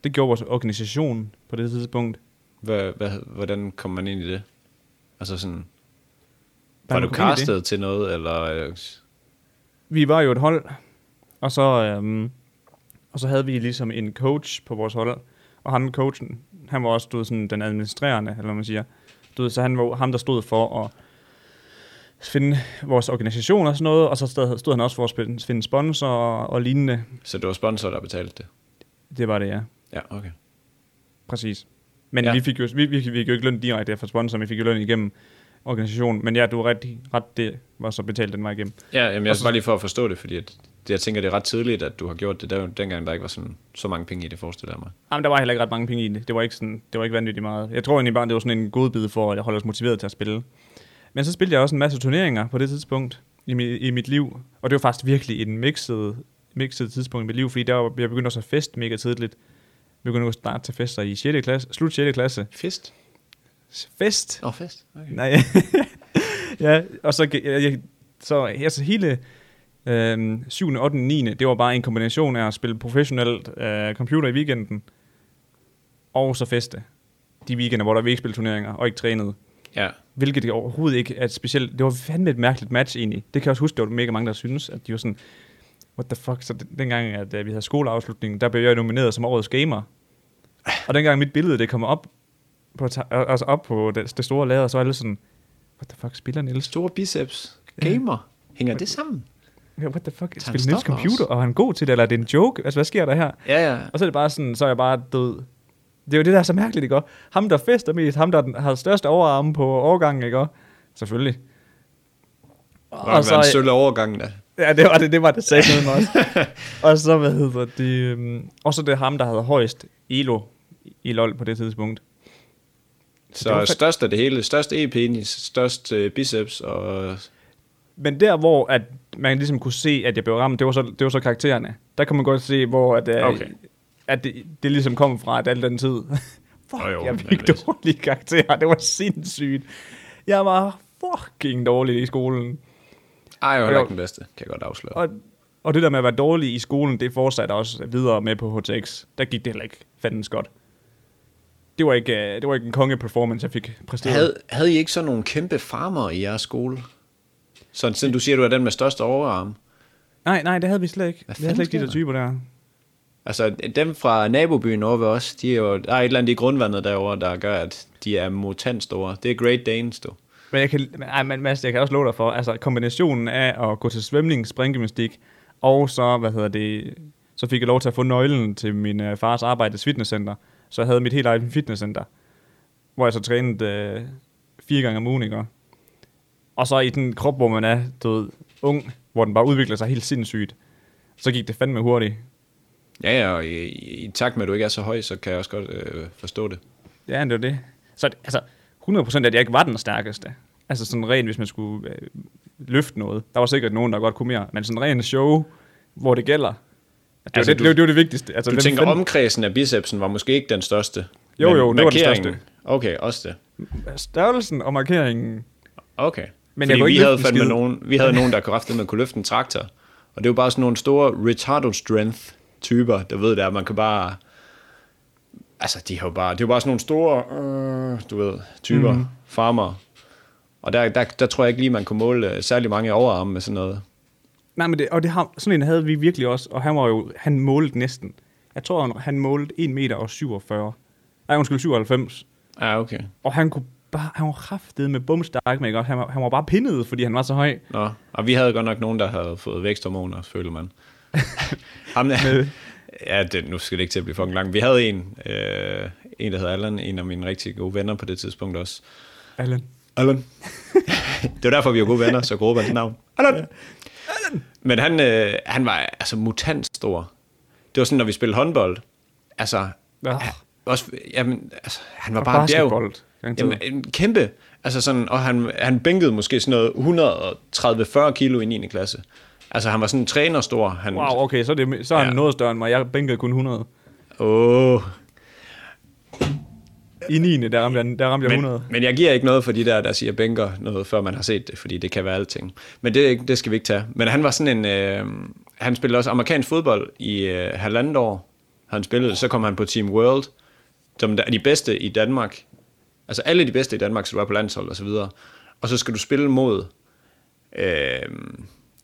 S1: Det gjorde vores organisation på det tidspunkt.
S2: Hvad, hvad, hvordan kom man ind i det? Altså sådan,
S1: Der
S2: var
S1: er
S2: du
S1: en komité.
S2: castet til noget, eller... øh,
S1: vi var jo et hold, og så, øhm, og så havde vi ligesom en coach på vores hold, og ham coachen, han var også du ved, sådan, den administrerende, eller hvad man siger. Du ved, så han var ham, der stod for at finde vores organisation og sådan noget, og så stod, stod han også for at spille- finde sponsorer og, og lignende.
S2: Så det var sponsor, der betalte det?
S1: Det var det, ja.
S2: Ja, okay.
S1: Præcis. Men
S2: Ja.
S1: ja. vi, fik jo, vi, vi, vi fik jo ikke løn direkte fra sponsoren, vi fik jo løn igennem organisationen. Men ja, du har ret, ret, det var så betalt den vej igennem.
S2: Ja, jamen, jeg bare lige for at forstå det, fordi at, det- jeg tænker, det er ret tidligt, at du har gjort det. Der, dengang der ikke var sådan, så mange penge i det, forestiller jeg mig.
S1: Jamen, der var heller ikke ret mange penge i det. Det var ikke, sådan, det var ikke vanvittigt meget. Jeg tror egentlig bare, det var sådan en god bid for, at jeg holdt os motiveret til at spille. Men så spillede jeg også en masse turneringer på det tidspunkt i, mi, i mit liv. Og det var faktisk virkelig en mixet, mixet tidspunkt i mit liv, fordi der var, jeg begyndte også at feste mega tidligt. Jeg begyndte at starte til fester i 6. klasse, slut 6. klasse.
S2: Fest?
S1: Fest?
S2: Åh, oh, fest. Okay.
S1: Nej. ja, og så, gik- jeg, jeg, så altså hele øhm, 7., 8., 9., det var bare en kombination af at spille professionelt øh, computer i weekenden, og så feste de weekender, hvor der vi ikke spillede turneringer og ikke trænede.
S2: Ja,
S1: Hvilket det overhovedet ikke er specielt. Det var fandme et mærkeligt match egentlig. Det kan jeg også huske, der var mega mange, der synes, at de var sådan, what the fuck, så den- dengang, at øh, vi havde skoleafslutningen, der blev jeg nomineret som årets gamer. Og dengang mit billede, det kom op på, ta- altså op på det, det store lader, så var alle sådan, what the fuck, spiller Niels?
S2: store biceps. Gamer. Hænger det sammen?
S1: Ja, What the fuck,
S2: han
S1: spiller Niels
S2: stopper
S1: computer,
S2: også?
S1: og er han god til det, eller er det en joke? Altså, hvad sker der her?
S2: Ja, ja.
S1: Og så er det bare sådan, så er jeg bare død. Det er jo det, der er så mærkeligt, ikke? også? Ham, der fester mest, ham, der den- har største overarme på overgangen, ikke? også? Selvfølgelig.
S2: Og, og så, en sølle overgang, da.
S1: Ja, det var det, det var det sagde med mig også. og så, hvad hedder det, øhm, og så det er ham, der havde højst elo i LOL på det tidspunkt. det var
S2: Så
S1: fa-
S2: størst af det hele. Størst E e-penis, størst øh, biceps, og
S1: Men der, hvor at man ligesom kunne se, at jeg blev ramt, det var så, det var så karaktererne. Der kunne man godt se, hvor at, øh,
S2: Okay.
S1: at det, det ligesom kom fra, at al den tid. Fuck,
S2: Nå jo,
S1: jeg
S2: men
S1: fik
S2: altså.
S1: dårlige karakterer. Det var sindssygt. Jeg var fucking dårlig i skolen.
S2: Ej, jeg var heller
S1: Jo.
S2: ikke den bedste, kan jeg godt afsløre.
S1: Og, og det der med at være dårlig i skolen, det fortsatte også videre med på HTX. Der gik det heller ikke fandens godt. Det var ikke, øh, det var ikke en konge-performance, jeg fik præsteret.
S2: havde, havde I ikke sådan nogle kæmpe farmer i jeres skole? Sådan, siden du siger, du er den med størst overarm.
S1: Nej, nej, det havde vi slet ikke.
S2: Hvad
S1: Vi havde slet
S2: fanden
S1: ikke de der
S2: sker
S1: typer der.
S2: Altså, dem fra nabobyen over ved os, de er jo, der er et eller andet i grundvandet derovre, der gør, at de er mutantstore. Det er Great Danes, du.
S1: Men, jeg kan, men, ej, men Mads, jeg kan også love dig for, altså kombinationen af at gå til svømning, springgymnastik, og så, hvad hedder det, så fik jeg lov til at få nøglen til min øh, fars arbejde i fitnesscenter. Så jeg havde mit helt eget fitnesscenter, hvor jeg så trænede øh, fire gange om ugen, ikke? Og så i den krop, hvor man er, du ved, ung, hvor den bare udvikler sig helt sindssygt, så gik det fandme hurtigt.
S2: Ja, ja, og i, i, i takt med, at du ikke er så høj, så kan jeg også godt øh, forstå det.
S1: Ja, det var det. Så det- altså, 100% at jeg ikke var den stærkeste. Altså sådan rent, hvis man skulle øh, løfte noget. Der var sikkert nogen, der godt kunne mere. Men sådan rent show, hvor det gælder. Det er altså,
S2: Altså,
S1: det,
S2: du-
S1: det, var- det, var det vigtigste. Altså,
S2: Du
S1: hvem
S2: tænker,
S1: fanden-
S2: omkredsen af bicepsen var måske ikke den største.
S1: Jo,
S2: men
S1: jo, det var den
S2: markeringen-
S1: største.
S2: Okay, også det.
S1: Størrelsen og markeringen.
S2: Okay.
S1: Men
S2: Men Fordi
S1: jeg kunne
S2: vi
S1: ikke
S2: havde
S1: løfte en
S2: fandme
S1: skid.
S2: nogen, vi havde nogen, der kunne med at kunne løfte en traktor. Og det var bare sådan nogle store retardo strength typer, der ved der, man kan bare... Altså, de har jo bare, det er jo bare sådan nogle store, øh, du ved, typer,
S1: Mhm.
S2: mm. farmer. Og der, der, der, tror jeg ikke lige, man kunne måle øh, særlig mange overarme med sådan noget.
S1: Nej, men det, og det har, sådan en havde vi virkelig også. Og han var jo, han målte næsten. Jeg tror, han, han målte 1 meter og 47. Nej, undskyld, 97.
S2: Ja, okay.
S1: Og han kunne bare, han var kraftet med bumstærk, men ikke? også? Han var, han var bare pindet, fordi han var så høj.
S2: Nå, og vi havde godt nok nogen, der havde fået væksthormoner, føler man. Ham, der, ja, det, nu skal det ikke til at blive fucking langt. Vi havde en, øh, en der hed Allan, en af mine rigtig gode venner på det tidspunkt også.
S1: Allan.
S2: Allan. det var derfor, vi var gode venner, så kunne råbe hans navn. Allan! Men han, øh, han var altså mutantstor. Det var sådan, når vi spillede håndbold. Altså,
S1: Ja.
S2: også, jamen, altså han var
S1: Og
S2: bare en bjerg.
S1: basketball, garanteret.
S2: Jamen, en kæmpe. Altså sådan, og han, han bænkede måske sådan noget 130-40 kilo i 9. klasse. Altså, han var sådan en træner stor. Han,
S1: Wow, okay, så er, det, så er han
S2: Ja.
S1: noget større end mig. Jeg bænkede kun 100.
S2: Åh.
S1: I 9. der ramte jeg, der ramte jeg
S2: Men,
S1: 100.
S2: men jeg giver ikke noget for de der, der siger bænker noget, før man har set det, fordi det kan være alting. Men det, er ikke- det skal vi ikke tage. Men han var sådan en... Øh, han spillede også amerikansk fodbold i øh, halvandet år. Han spillede, så kom han på Team World, som er de bedste i Danmark. Altså alle de bedste i Danmark, så du er på landshold og så videre. Og så skal du spille mod øh,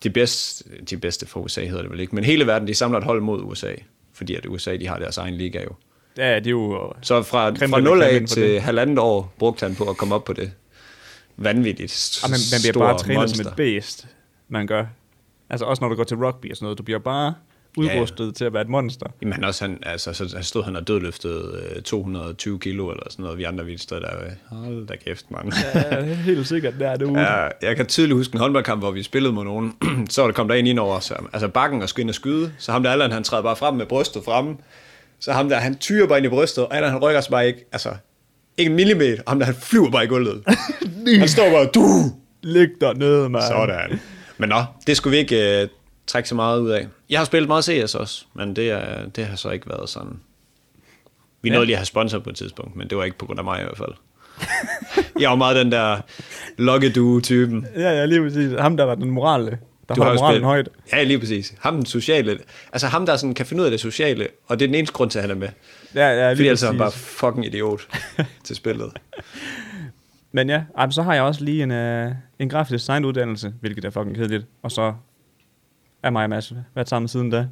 S2: de, bedste, de bedste fra USA, hedder det vel ikke. Men hele verden, de samler et hold mod USA, fordi at USA, de har deres egen liga jo.
S1: Ja, det er jo... øh,
S2: Så fra,
S1: Kreml
S2: fra
S1: vil
S2: 0
S1: komme
S2: af
S1: ind på
S2: til
S1: det.
S2: halvandet år brugte han på at komme op på det. Vanvittigt.
S1: Ah, man, man bliver bare trænet monster.
S2: monster.
S1: som et bæst, man gør. Altså også når du går til rugby og sådan noget. Du bliver bare udrustet ja, ja. til at være et monster.
S2: Jamen han også, han, altså, så så stod han og dødløftede øh, 220 kilo eller sådan noget. Vi andre, vi stod der, øh, hold da kæft, mand.
S1: Ja, helt sikkert, der er det ude. Ja.
S2: Ja, jeg kan tydeligt huske en håndboldkamp, hvor vi spillede mod nogen. så var der kom der en ind over os. Altså bakken og skulle ind og skyde. Så ham der Allan, han træder bare frem med brystet fremme. Så ham der, han tyrer bare ind i brystet, og Allan, han rykker sig bare ikke. Altså, ikke en millimeter. Og ham der, han flyver bare i gulvet. han står bare, du!
S1: Læg dig ned, mand.
S2: Sådan. Men nå, det skulle vi ikke øh, trække så meget ud af. Jeg har spillet meget CS også, men det, er, det har så ikke været sådan. Vi
S1: Ja.
S2: nåede lige at have sponsor på et tidspunkt, men det var ikke på grund af mig i hvert fald. jeg var meget den der lokkedue-typen.
S1: Ja, ja, lige præcis. Ham, der var den morale, der
S2: jo
S1: holder moralen
S2: spillet-
S1: højt.
S2: Ja, lige præcis. Ham den sociale. Altså ham, der sådan kan finde ud af det sociale, og det er den eneste grund til, at han er med.
S1: Ja, ja, lige
S2: Fordi ellers
S1: præcis.
S2: er han bare fucking idiot til spillet.
S1: Men ja, ej, men så har jeg også lige en, øh, en grafisk design uddannelse, hvilket er fucking kedeligt. Og så er mig og Mads været sammen siden da.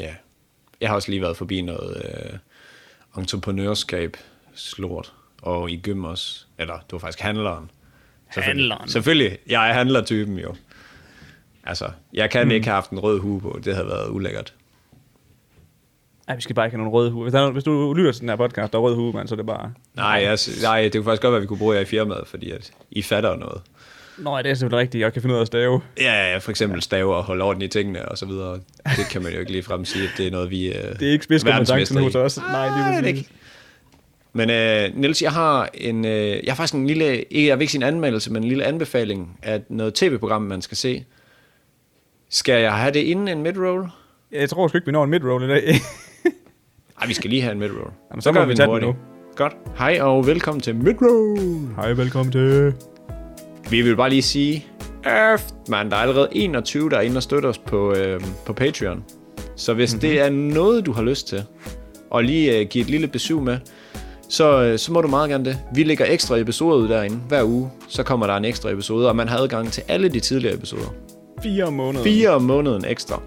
S2: Ja. Jeg har også lige været forbi noget øh, entreprenørskab slort. Og i gym også. Eller, det var faktisk handleren. Selvfølgelig.
S1: Handleren.
S2: Selvfølgelig. Jeg er handlertypen jo. Altså, jeg kan mm. ikke have haft en rød hue på. Det havde været ulækkert.
S1: Ej, vi skal bare ikke have nogen røde hue. Hvis, der er, nogen- hvis du lytter til den her podcast, der er rød hue, mand, så er det bare...
S2: Nej, jeg, nej, det kunne faktisk godt være, at vi kunne bruge jer i firmaet, fordi at I fatter noget.
S1: Nå, ja, det er selvfølgelig rigtigt, jeg kan finde ud af at stave.
S2: Ja, ja, for eksempel stave og holde orden i tingene og så videre. Det kan man jo ikke ligefrem sige, at det er noget, vi øh,
S1: Det er ikke spidskompetencen hos os. Nej, lige
S2: Ah, det er det
S1: præcis.
S2: ikke. Men øh, Niels, jeg har en, øh, jeg har faktisk en lille, ikke, jeg vil ikke sige en anmeldelse, men en lille anbefaling af noget tv-program, man skal se. Skal jeg have det inden en midroll?
S1: Jeg tror sgu ikke, vi når en midroll i dag.
S2: Nej, vi skal lige have en midroll.
S1: Jamen, så må
S2: gør
S1: vi
S2: en
S1: tage den
S2: hurtig. Godt. Hej og velkommen til midroll.
S1: Hej, velkommen til.
S2: Vi vil bare lige sige, Øft, man, der er allerede 21, der er inde og støtter os på, øh, på Patreon. Så hvis mm-hmm. det er noget, du har lyst til, og lige øh, give et lille besøg med, så, øh, så må du meget gerne det. Vi lægger ekstra episoder ud derinde hver uge, så kommer der en ekstra episode, og man har adgang til alle de tidligere episoder.
S1: Fire måneder.
S2: Fire om måneden ekstra.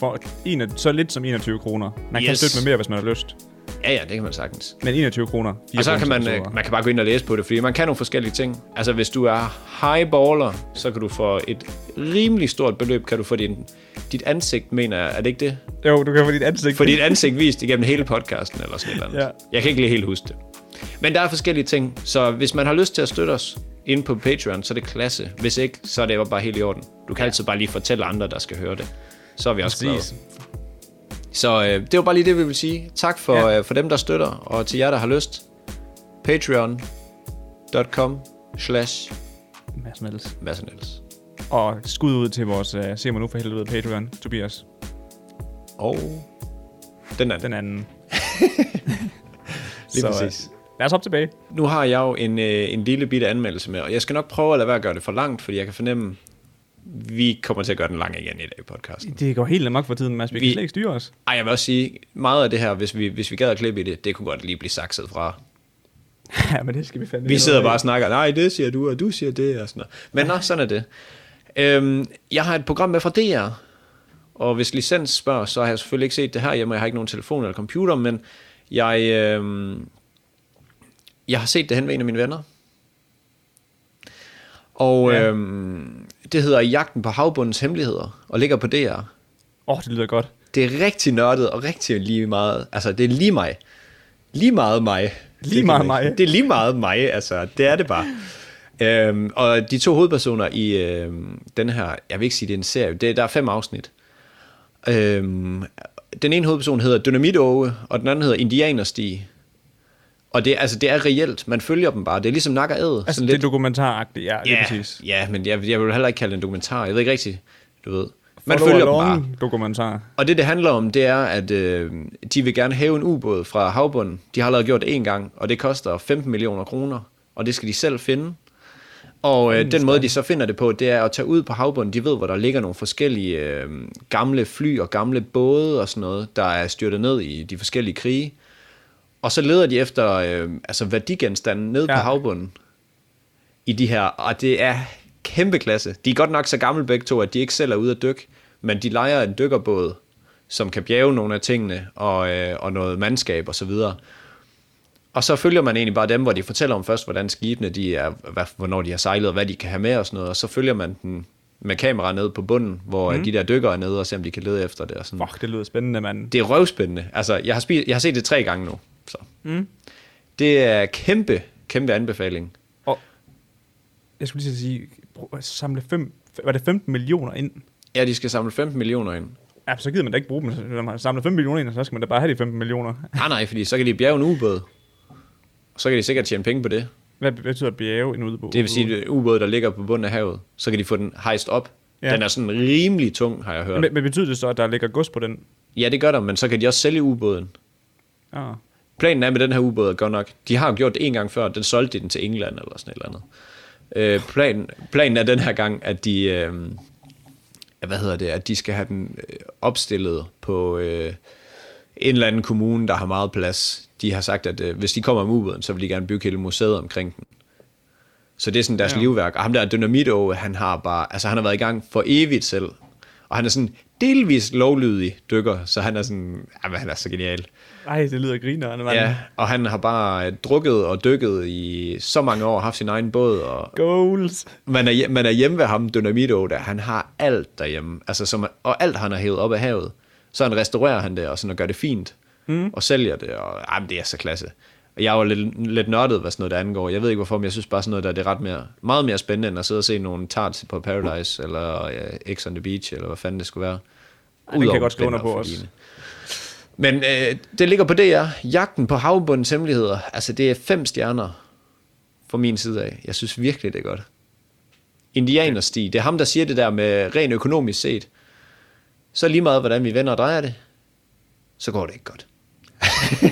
S1: For en, så lidt som 21 kroner. Man yes. kan
S2: Yes.
S1: støtte med mere, hvis man har lyst.
S2: Ja, ja, det kan man sagtens.
S1: Men 21 kroner. fire
S2: Og så kan man,
S1: bonusepisoder.
S2: øh, man kan bare gå ind og læse på det, fordi man kan nogle forskellige ting. Altså hvis du er highballer, så kan du for et rimelig stort beløb, kan du få din, dit ansigt, mener jeg. Er det ikke det?
S1: Jo, du kan få dit ansigt.
S2: For dit ansigt vist igennem hele podcasten eller sådan et eller andet.
S1: Ja.
S2: Ja. Jeg kan ikke lige helt huske det. Men der er forskellige ting, så hvis man har lyst til at støtte os inde på Patreon, så er det klasse. Hvis ikke, så er det jo bare helt i orden. Du kan ja. altid bare lige fortælle andre, der skal høre det. Så er vi også glade.
S1: Præcis.
S2: Så øh, det var bare lige det, vi vil sige. Tak for,
S1: Ja.
S2: ja. øh, for dem, der støtter, og til jer, der har lyst. Patreon.com slash
S1: Mads Niels.
S2: hvad som helst.
S1: Og skud ud til vores, uh, se mig nu for helvede, Patreon, Tobias,
S2: Og den anden.
S1: den anden.
S2: Lige
S1: så, øh,
S2: præcis.
S1: Lad os hoppe tilbage.
S2: Nu har jeg jo en, øh, en lille bitte anmeldelse med, og jeg skal nok prøve at lade være at gøre det for langt, fordi jeg kan fornemme, vi kommer til at gøre den lang igen i dag i podcasten.
S1: Det går helt amok for tiden, Mads. Vi, vi kan
S2: Vi-
S1: slet ikke styre os.
S2: Ej, jeg vil også sige, meget af det her, hvis vi, hvis vi gad at klippe i det, det kunne godt lige blive sakset fra.
S1: ja, men det skal vi fandme.
S2: Vi
S1: ikke
S2: sidder
S1: noget
S2: bare
S1: af.
S2: og snakker, nej, det siger du, og du siger det, og sådan noget. Men nå, sådan er det. Øhm, jeg har et program med fra DR, og hvis licens spørger, så har jeg selvfølgelig ikke set det her hjemme, jeg har ikke nogen telefon eller computer, men jeg, øhm, jeg har set det hen ved en af mine venner. Og ja. øhm, det hedder Jagten på havbundens hemmeligheder, og ligger på DR.
S1: Åh, oh, det lyder godt.
S2: Det er rigtig nørdet, og rigtig lige meget, altså det er lige mig. Lige meget mig.
S1: Lige
S2: Det kan
S1: meget
S2: man ikke-
S1: mig.
S2: Det er lige meget mig, altså det er det bare. øhm, og de to hovedpersoner i øhm, den her, jeg vil ikke sige, det er en serie, det, der er fem afsnit. Øhm, den ene hovedperson hedder Dynamit Åge, og den anden hedder Indianerstig. Og det, er- altså, det er reelt, man følger dem bare. Det er ligesom nakker æd.
S1: Altså, det er dokumentaragtigt, ja, lige
S2: ja,
S1: præcis.
S2: ja, men jeg, jeg vil heller ikke kalde det en dokumentar. Jeg ved ikke rigtigt, du ved. Man
S1: Follow
S2: følger dem bare.
S1: along dokumentar.
S2: Og det, det handler om, det er, at øh, de vil gerne hæve en ubåd fra havbunden. De har allerede gjort det én gang, og det koster 15 millioner kroner, og det skal de selv finde. Og øh, den måde, de så finder det på, det er at tage ud på havbunden. De ved, hvor der ligger nogle forskellige øh, gamle fly og gamle både og sådan noget, der er styrtet ned i de forskellige krige. Og så leder de efter øh, altså værdigenstande nede ja.
S1: Ja.
S2: på havbunden i de her, og det er kæmpe klasse. De er godt nok så gamle begge to, at de ikke selv er ude at dykke, men de leger en dykkerbåd, som kan bjerge nogle af tingene, og, øh, og noget mandskab og så videre. Og så følger man egentlig bare dem, hvor de fortæller om først, hvordan skibene de er, hvad, hvornår de har sejlet, og hvad de kan have med og sådan noget, og så følger man den med kamera nede på bunden, hvor mm. de der dykkere er nede og ser, om de kan lede efter det. Og sådan.
S1: Fuck, det lyder spændende, mand.
S2: Det er røvspændende. Altså, jeg har, spist, jeg har set det tre gange nu. Så. Mm. Det er kæmpe, kæmpe anbefaling.
S1: Og jeg skulle lige til at sige, brug- samle fem, var det 15 millioner ind?
S2: Ja, de skal samle 15 millioner ind.
S1: Ja, så gider man da ikke bruge dem. Så Når man samler 5 millioner ind, så skal man da bare have de 15 millioner.
S2: Nej, Ah, nej, fordi så kan de bjerge en ubåd. Og så kan de sikkert tjene penge på det.
S1: Hvad betyder bjerge en udbog?
S2: Det vil sige, at ubåd, der ligger på bunden af havet, så kan de få den hejst op.
S1: Ja.
S2: Uh. Ja. Den er sådan rimelig tung, har jeg hørt.
S1: Men, men betyder det så, at der ligger gods på den?
S2: Ja, det gør der, men så kan de også sælge ubåden.
S1: Ah.
S2: Planen er med den her ubåd, godt nok, de har jo gjort det en gang før, den solgte de den til England eller sådan et eller andet. Øh, planen, planen er den her gang, at de, øh, ja, hvad hedder det, at de skal have den øh, opstillet på øh, en eller anden kommune, der har meget plads. De har sagt, at øh, hvis de kommer om ubåden, så vil de gerne bygge hele museet omkring den. Så det er sådan deres ja. livværk. Og ham der Dynamitå, han har bare, altså han har været i gang for evigt selv. Og han er sådan delvis lovlydig dykker, så han er sådan, jamen, han er så genial.
S1: Ej, det lyder grinerende, mand.
S2: Ja, og han har bare øh, drukket og dykket i så mange år, haft sin egen båd, og
S1: Goals.
S2: man er, hje- man er hjemme ved ham, Dynamito, der. Han har alt derhjemme, altså, som, og alt han har hævet op af havet. Så han restaurerer han det, og sådan og gør det fint, mm. og sælger det, og jamen, det er så klasse. Og jeg var lidt, lidt nørdet, hvad sådan noget der angår. Jeg ved ikke hvorfor, men jeg synes bare sådan noget der, det er ret mere, meget mere spændende, end at sidde og se nogle tarts på Paradise, eller ja, X on the Beach, eller hvad fanden det skulle være.
S1: kan jeg
S2: Udover
S1: godt skrive
S2: den
S1: under på
S2: og
S1: også.
S2: Ferdinand. Men øh, det ligger på DR. Jagten på havbundens hemmeligheder. Altså, det er fem stjerner fra min side af. Jeg synes virkelig, det er godt. Indianersti. Det er ham, der siger det der med rent økonomisk set. Så lige meget, hvordan vi vender og drejer det, så går det ikke godt.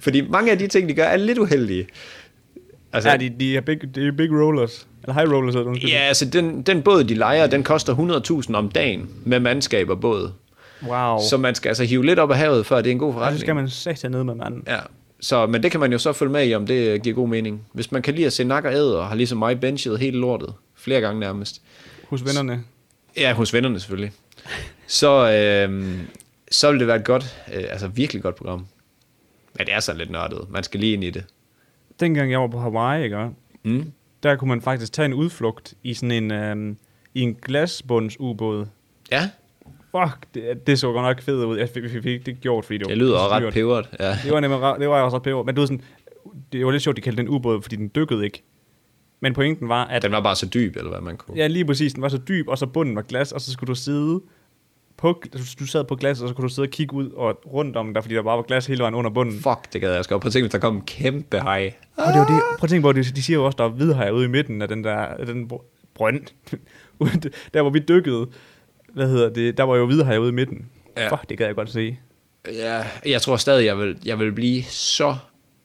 S2: Fordi mange af de ting, de gør, er lidt uheldige. Altså,
S1: Ja, de, de, er big, de er big rollers. Eller high rollers, hedder det. undskyld.
S2: ja, altså den, den båd, de leger, den koster 100.000 om dagen med mandskab og båd.
S1: Wow.
S2: Så man skal altså hive lidt op af havet, før det er en god
S1: Ej,
S2: forretning.
S1: så skal man sætte ned med manden.
S2: Ja, så, men det kan man jo så følge med i, om det øh, giver god mening. Hvis man kan lide at se nakker æde, og har ligesom mig benchet helt lortet, flere gange nærmest.
S1: Hos vennerne.
S2: Ja, hos vennerne selvfølgelig. Så, øh, så vil det være et godt, øh, altså virkelig godt program. Men det er sådan lidt nørdet. Man skal lige ind i det.
S1: Dengang jeg var på Hawaii, ikke?
S2: Mm.
S1: der kunne man faktisk tage en udflugt i sådan en, øhm, i en glasbundsubåd.
S2: Ja,
S1: Fuck, det, det så godt nok fedt ud. Jeg fik, fik, fik det gjort, fordi det var
S2: Oh, det lyder også
S1: dyrt.
S2: ret peberet. Ja.
S1: Det var nemlig ra- det var også ret peber. Men du ved sådan, det var lidt sjovt, de kaldte den ubåd, fordi den dykkede ikke. Men pointen var, at
S2: Den var bare så dyb, eller hvad man kunne.
S1: ja, lige præcis, den var så dyb, og så bunden var glas, og så skulle du sidde på, du sad på glas, og så kunne du sidde og kigge ud og rundt om dig, fordi der bare var glas hele vejen under bunden.
S2: Fuck, det gad jeg også godt. Prøv at tænke, hvis der kom en kæmpe hej.
S1: Og det var det,
S2: Ah.
S1: prøv at tænke på, de, de siger jo også, der er hvidhajer ude i midten af den der af den br- brønd. Ude- der hvor vi dykkede, hvad hedder det, der var jo hvidhajer ude i midten. Ja.
S2: Ja.
S1: Fuck, det gad jeg godt se.
S2: Ja, jeg tror stadig, jeg vil, jeg vil blive så...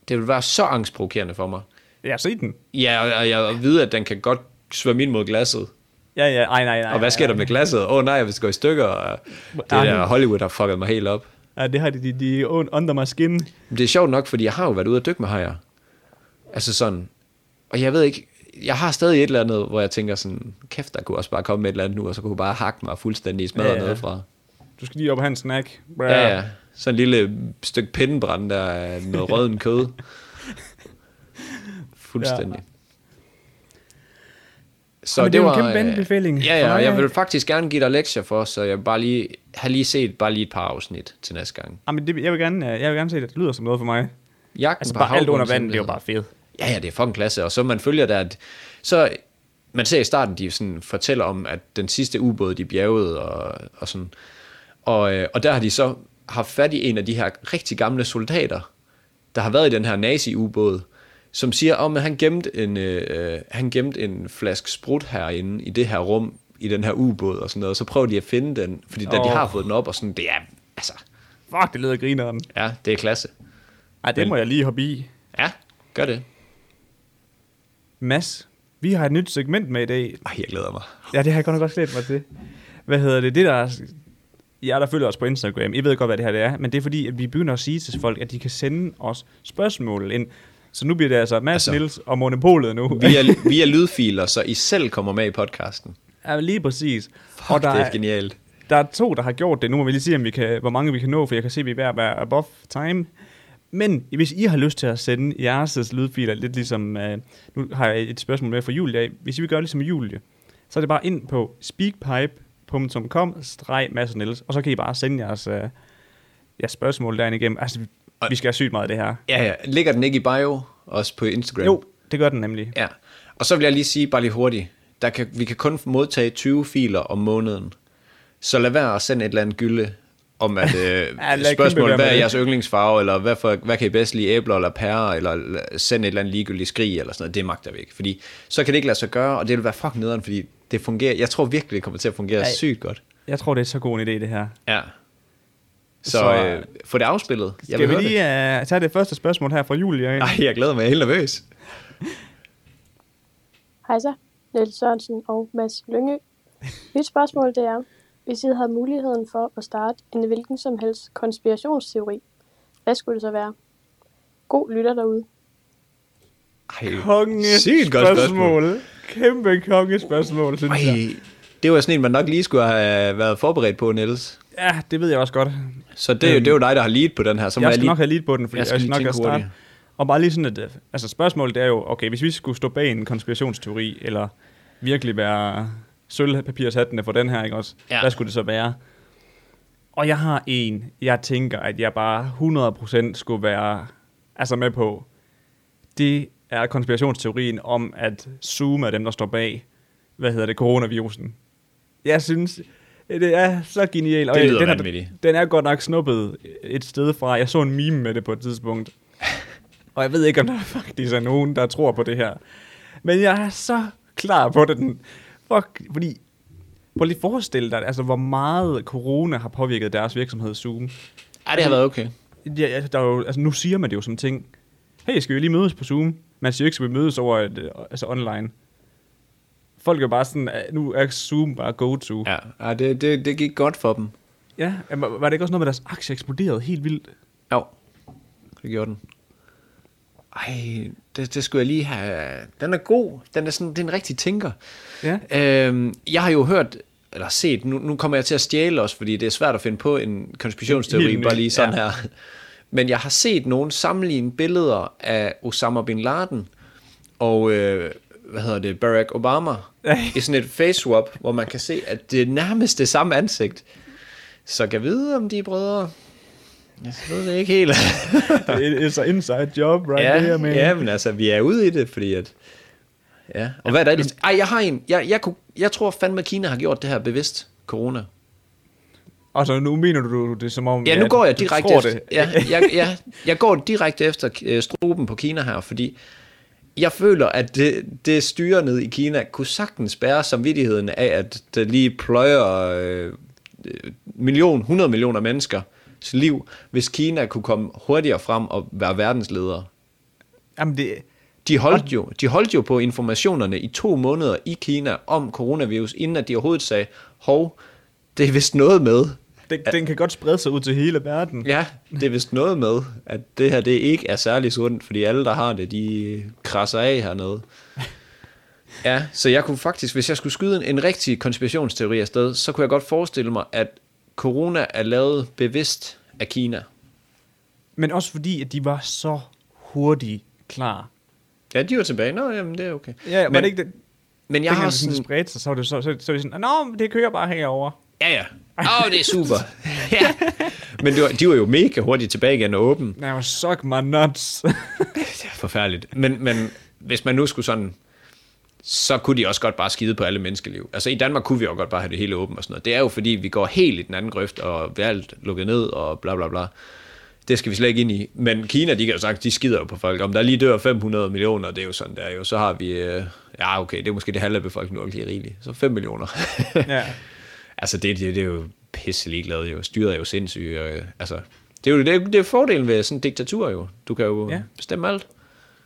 S2: Det vil være så angstprovokerende for mig.
S1: Ja, se den.
S2: Ja, og- og jeg ved, at den kan godt svømme ind mod glasset.
S1: Ja, ja, ej, nej, nej.
S2: Og hvad sker der med glasset? Åh oh, nej, hvis det går i stykker. og Det
S1: Ej.
S2: der Hollywood har fucket mig helt op.
S1: Ja, det har de, de, de er un- under my skin.
S2: Men Det er sjovt nok, fordi jeg har jo været ude at dykke med hajer. Altså sådan. Og jeg ved ikke, jeg har stadig et eller andet, hvor jeg tænker sådan, kæft, der kunne også bare komme med et eller andet nu, og så kunne hun bare hakke mig fuldstændig i smadret
S1: Ja,
S2: ja,
S1: ja.
S2: ja. nedefra.
S1: Du skal lige op og have en snack. Bra.
S2: Ja, ja. Sådan et lille stykke pindebrand, der er noget rødden kød. Fuldstændig. Ja. Så
S1: Jamen, det er jo en kæmpe
S2: øh,
S1: anbefaling
S2: Ja, ja,
S1: for
S2: og
S1: mig.
S2: jeg vil faktisk gerne give dig lektier for, så jeg bare lige, har lige set bare lige et par afsnit til næste gang.
S1: Jamen, det, jeg, vil gerne, øh, jeg vil gerne se det. Det lyder som noget for mig.
S2: Jagten
S1: Altså
S2: på
S1: bare alt under
S2: havbundens
S1: vand, det er jo
S2: hemmeligheder.
S1: bare fedt.
S2: Ja, ja, det er fucking klasse. Og så man følger der, at så man ser i starten, de sådan fortæller om, at den sidste ubåd, de bjergede og, og sådan. Og, øh, og der har de så haft fat i en af de her rigtig gamle soldater, der har været i den her nazi-ubåd, som siger, om at han gemte en, øh, øh, han gemte en flaske sprut herinde i det her rum i den her ubåd og sådan noget, og så prøver de at finde den, fordi da oh. de
S1: Åh.
S2: har fået den op, og sådan, det er, altså,
S1: Fuck, det leder grineren.
S2: ja, det er klasse.
S1: Ej, det må jeg lige hoppe i.
S2: Ja, gør det.
S1: Mads, vi har et nyt segment med i dag.
S2: Ej, jeg glæder mig.
S1: Ja, det har jeg godt nok også glædet mig til. Hvad hedder det? Det der... er- jer, der følger os på Instagram, I ved godt, hvad det her det er, men det er fordi, at vi begynder at sige til folk, at de kan sende os spørgsmål ind. Så nu bliver det altså Mads,
S2: Altså-
S1: altså, Nils og Monopolet nu.
S2: Vi er, vi er lydfiler, så I selv kommer med i podcasten.
S1: Ja, lige præcis.
S2: Fuck, og
S1: der,
S2: det er genialt.
S1: der er to, der har gjort det. Nu må vi lige se, om vi kan, hvor mange vi kan nå, for jeg kan se, at vi er ved at være above time. Men hvis I har lyst til at sende jeres lydfiler, lidt ligesom, øh, nu har jeg et spørgsmål med fra Julie af. Hvis I vil gøre ligesom Julie, så er det bare ind på speakpipe.com Mads og Niels, og så kan I bare sende jeres, øh, jeres spørgsmål derinde igennem. Altså, vi, vi skal have sygt meget af det her.
S2: Ja, ja. Ligger den ikke i bio, også på Instagram?
S1: Jo, det gør den nemlig.
S2: Ja. Og så vil jeg lige sige, bare lige hurtigt, der kan, vi kan kun modtage 20 filer om måneden. Så lad være at sende et eller andet gylde om at øh,
S1: Ja, lad kæmpe
S2: spørgsmål,
S1: være med
S2: hvad er
S1: det.
S2: jeres yndlingsfarve, eller hvad, for, hvad kan I bedst lide, æbler eller pærer, eller l- send et eller andet ligegyldigt skrig, eller sådan noget, det magter vi ikke. Fordi så kan det ikke lade sig gøre, og det vil være fucking nederen, fordi det fungerer, jeg tror virkelig, det kommer til at fungere
S1: Ej.
S2: sygt godt.
S1: Jeg tror, det er så god en idé, det her.
S2: Ja. Så,
S1: Så,
S2: så øh, få det afspillet. Jeg
S1: Skal vi
S2: høre
S1: lige uh, tage det første spørgsmål her fra Julie?
S2: det. Ej, jeg glæder mig, jeg er helt nervøs.
S4: Hej så, Niels Sørensen og Mads Lyngø. Mit spørgsmål det er, hvis I havde muligheden for at starte en hvilken som helst konspirationsteori, hvad skulle det så være? God lytter derude.
S2: Ej,
S1: konge
S2: sygt godt spørgsmål.
S1: spørgsmål. Kæmpe konge spørgsmål, synes jeg.
S2: Ej, det var sådan en, man nok lige skulle have øh, været forberedt på, Niels.
S1: Ja, det ved jeg også godt.
S2: Så det, øhm, det er jo dig, der har lead på den her. Så må
S1: Jeg skal
S2: lige...
S1: nok have lidt på den, fordi
S2: Jeg
S1: jeg
S2: skal
S1: skal, jeg skal
S2: lige
S1: nok
S2: tænke
S1: have start.
S2: hurtigt.
S1: Og bare lige sådan, at øh, altså spørgsmålet er jo, okay, hvis vi skulle stå bag en konspirationsteori, eller virkelig være sølvpapirshattene for den her, ikke også?
S2: Ja.
S1: Ja. Hvad skulle det så være? Og jeg har en, jeg tænker, at jeg bare 100% skulle være altså med på. Det er konspirationsteorien om, at Zoom er dem, der står bag, hvad hedder det, coronavirusen. Jeg synes, det er så genialt.
S2: Det
S1: jeg-
S2: lyder
S1: den, er,
S2: vanvittigt.
S1: den er godt nok snuppet et sted fra. Jeg så en meme med det på et tidspunkt. Og jeg ved ikke, om der faktisk er nogen, der tror på det her. Men jeg er så klar på den. Fuck, fordi... Prøv lige at forestille dig, altså, hvor meget corona har påvirket deres virksomhed Zoom.
S2: Ja, det har været okay.
S1: Ja, ja, der er jo, altså, nu siger man det jo som ting. Hey, skal vi lige mødes på Zoom? Man siger jo ikke, skal vi mødes over et, øh, altså online. Folk er bare sådan, øh, nu er Zoom bare go-to. Ja.
S2: Ja, ja det, det, det gik godt for dem.
S1: ja, men var var det ikke også noget med, at deres aktie eksploderede helt vildt?
S2: Jo, det gjorde den. Ej, det, det skulle jeg lige have... Den er god. Den er sådan, det er en rigtig tænker.
S1: Ja.
S2: Øhm, jeg har jo hørt, eller set, nu, nu kommer jeg til at stjæle også, fordi det er svært at finde på en konspirationsteori,
S1: Helt ny,
S2: bare lige sådan ja.
S1: ja.
S2: her. Men jeg har set nogen sammenligne billeder af Osama Bin Laden og, øh, hvad hedder det, Barack Obama, i sådan et face-swap, hvor man kan se, at det er nærmest det samme ansigt. Så kan jeg vide, om de er brødre. Jeg ved det ikke helt.
S1: It, it's an inside job, right
S2: ja,
S1: there, man.
S2: ja, men altså, vi er ude i det, fordi at... Ja, og hvad er der ellers? Ej, jeg har en. Jeg, jeg, kunne, jeg tror fandme, Kina har gjort det her bevidst, corona.
S1: Og så nu mener du det som om...
S2: Ja, nu
S1: at
S2: går
S1: du
S2: jeg direkte
S1: tror
S2: efter,
S1: det.
S2: ja, jeg, jeg, jeg går direkte efter øh, struben på Kina her, fordi jeg føler, at det, det styre ned i Kina kunne sagtens bære samvittigheden af, at der lige pløjer øh, øh, million, 100 millioner menneskers liv, hvis Kina kunne komme hurtigere frem og være verdensleder.
S1: Jamen, det,
S2: De holdt, jo, de holdt jo på informationerne i to måneder i Kina om coronavirus, inden at de overhovedet sagde, hov, det er vist noget med.
S1: det, den kan godt sprede sig ud til hele verden.
S2: Ja, det er vist noget med, at det her det ikke er særlig sundt, fordi alle, der har det, de krasser af hernede. Ja, så jeg kunne faktisk, hvis jeg skulle skyde en, en rigtig konspirationsteori afsted, så kunne jeg godt forestille mig, at corona er lavet bevidst af Kina.
S1: Men også fordi, at de var så hurtigt klar.
S2: Ja, de var tilbage. Nå, jamen, det er okay.
S1: Ja, men, var
S2: men,
S1: det ikke det?
S2: men jeg
S1: Jeg
S2: har
S1: har sådan
S2: sådan...
S1: spredt sig, så var det så, så, så, så var det sådan, Nå, men det kører bare herover.
S2: Ja, ja. Åh, oh, det er super. ja. Men det var, de var jo mega hurtigt tilbage igen og åben.
S1: Now suck my nuts.
S2: Det er forfærdeligt. Men, men hvis man nu skulle sådan, så kunne de også godt bare skide på alle menneskeliv. Altså i Danmark kunne vi jo godt bare have det hele åbent og sådan noget. Det er jo fordi, vi går helt i den anden grøft og bliver alt lukket ned og bla bla bla. det skal vi slet ikke ind i. Men Kina, de kan jo sagt, de skider jo på folk. Om der lige dør 500 millioner, det er jo sådan der jo. Så har vi, øh, ja okay, det er måske det halve af befolkningen, nu er rigeligt. Så 5 millioner.
S1: Ja.
S2: altså det, det, det er jo pisse ligeglad jo. Styret er jo sindssygt. Og, øh, altså, det er jo det, er, det er fordelen ved sådan en diktatur jo. Du kan jo
S1: Ja.
S2: ja. bestemme alt.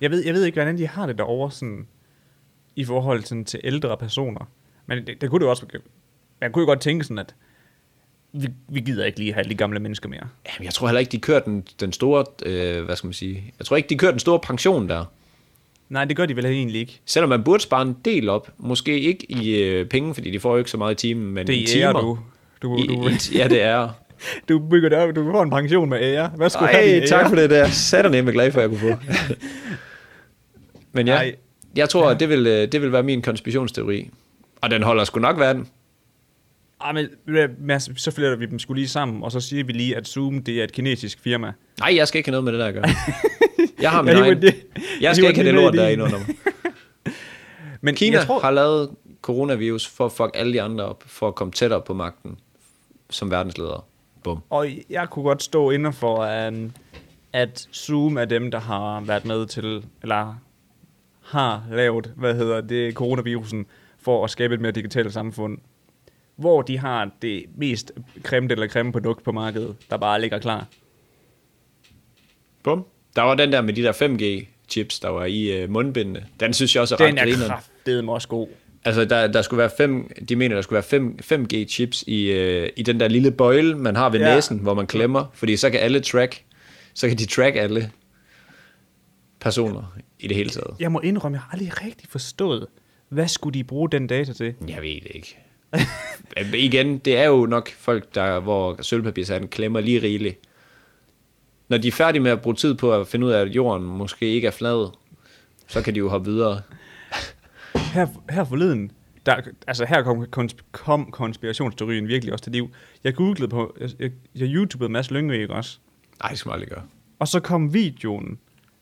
S1: Jeg ved, jeg ved ikke, hvordan de har det derovre sådan, i forhold sådan, til ældre personer. Men det, det kunne det jo også... Man kunne jo godt tænke sådan, at vi, vi gider ikke lige have alle de gamle mennesker mere.
S2: Jamen, jeg tror heller ikke, de kører den, den store, øh, hvad skal man sige, jeg tror ikke, de kører den store pension der.
S1: Nej, det gør de vel egentlig ikke.
S2: Selvom man burde spare en del op, måske ikke i øh, penge, fordi de får jo ikke så meget i timen, men
S1: Det
S2: i
S1: er Uhuh,
S2: timer.
S1: du. Du,
S2: I,
S1: du,
S2: i, ja, det er.
S1: du bygger det op, du får en pension med ære. Hvad skulle
S2: Ej, tak for det der. Satan er glad for, at jeg kunne få. men ja,
S1: Ej.
S2: jeg tror, at det vil, øh, det vil være min konspirationsteori. Og den holder sgu nok verden.
S1: Ej, men, ved du hvad, Mads, så fletter vi dem skulle lige sammen, og så siger vi lige, at Zoom, det er et kinesisk firma.
S2: Nej, jeg skal ikke have noget med det der at gøre. Jeg har min
S1: Jeg hiver
S2: egen.
S1: det- jeg
S2: Jeg skal
S1: hiver
S2: ikke
S1: det
S2: have det
S1: med
S2: lort
S1: i
S2: der
S1: din.
S2: ind under mig.
S1: Men
S2: Kina
S1: jeg tror,
S2: har lavet coronavirus for at fuck alle de andre op, for at komme tættere på magten som verdensleder. Bum.
S1: Og jeg kunne godt stå inden for, um, at Zoom er dem, der har været med til, eller har lavet, hvad hedder det, coronavirusen, for at skabe et mere digitalt samfund, hvor de har det mest creme eller creme produkt på markedet, der bare ligger klar.
S2: Bum. Der var den der med de der 5G-chips, der var i øh, mundbindene. Den synes jeg også er
S1: Den
S2: ret
S1: er
S2: grineren.
S1: kraftedeme også god.
S2: Altså, der, der skulle være fem, de mener, der skulle være 5, 5G-chips i, øh, i den der lille bøjle, man har ved
S1: Ja.
S2: ja. næsen, hvor man klemmer, fordi så kan alle track, så kan de track alle personer i det hele taget.
S1: Jeg må indrømme, jeg har aldrig rigtig forstået, hvad skulle de bruge den data til?
S2: Jeg ved det ikke. Men igen, det er jo nok folk, der, hvor sølvpapirsatten klemmer lige rigeligt. Når de er færdige med at bruge tid på at finde ud af, at jorden måske ikke er flad, så kan de jo hoppe videre.
S1: her, her forleden, der, altså her kom, konsp- kom konspirationsteorien virkelig også til liv. Jeg googlede på, jeg, jeg, jeg YouTubede Mads Lyngve, ikke også?
S2: Nej, det skal man aldrig gøre.
S1: Og så kom videoen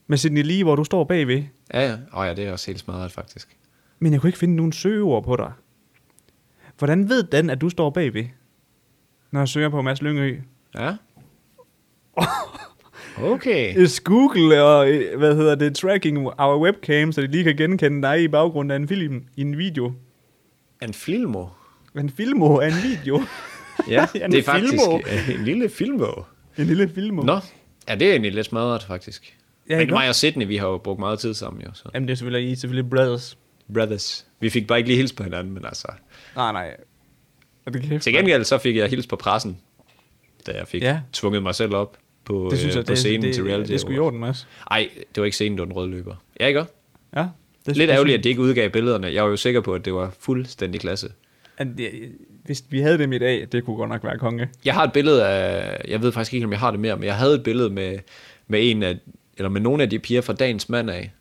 S1: med Sidney Lee, hvor du står bagved.
S2: Ja, ja. Åh ja, det er også helt smadret, faktisk.
S1: Men jeg kunne ikke finde nogen søgeord på dig. Hvordan ved den, at du står bagved, når jeg søger på Mads Lyngø?
S2: Ja. Okay.
S1: Is Google og, øh, hvad hedder det, tracking our webcam, så de lige kan genkende dig i baggrunden af en film, i en video.
S2: En filmo.
S1: En filmo af en video.
S2: Ja,
S1: En
S2: det er faktisk
S1: filmo.
S2: øh, en lille filmo.
S1: en lille filmo.
S2: Nå, ja, det er egentlig lidt smadret, faktisk.
S1: Ja,
S2: Ja, Men
S1: ikke?
S2: mig og Sydney, vi har jo brugt meget tid sammen, jo. Så.
S1: Jamen, det er selvfølgelig, I er selvfølgelig brothers.
S2: Brothers. Vi fik bare ikke lige hils på hinanden, men altså...
S1: Nej, nej. Og det kæft,
S2: Til gengæld så fik jeg hils på pressen, da jeg fik
S1: Ja.
S2: ja. tvunget mig selv op på,
S1: det synes jeg,
S2: øh, på
S1: det,
S2: scenen
S1: det,
S2: til reality.
S1: Det, det skulle i
S2: Awards.
S1: orden, Mads.
S2: Ej, det var ikke scenen, det var den røde løber. Ja, ikke også?
S1: Ja. Det
S2: Lidt
S1: det
S2: ærgerligt, at de ikke udgav billederne. Jeg var jo sikker på, at det var fuldstændig klasse.
S1: at det, hvis vi havde dem i dag, det kunne godt nok være konge.
S2: Jeg har et billede af, jeg ved faktisk ikke, om jeg har det mere, men jeg havde et billede med, med en af, eller med nogle af de piger fra Dagens Mand af.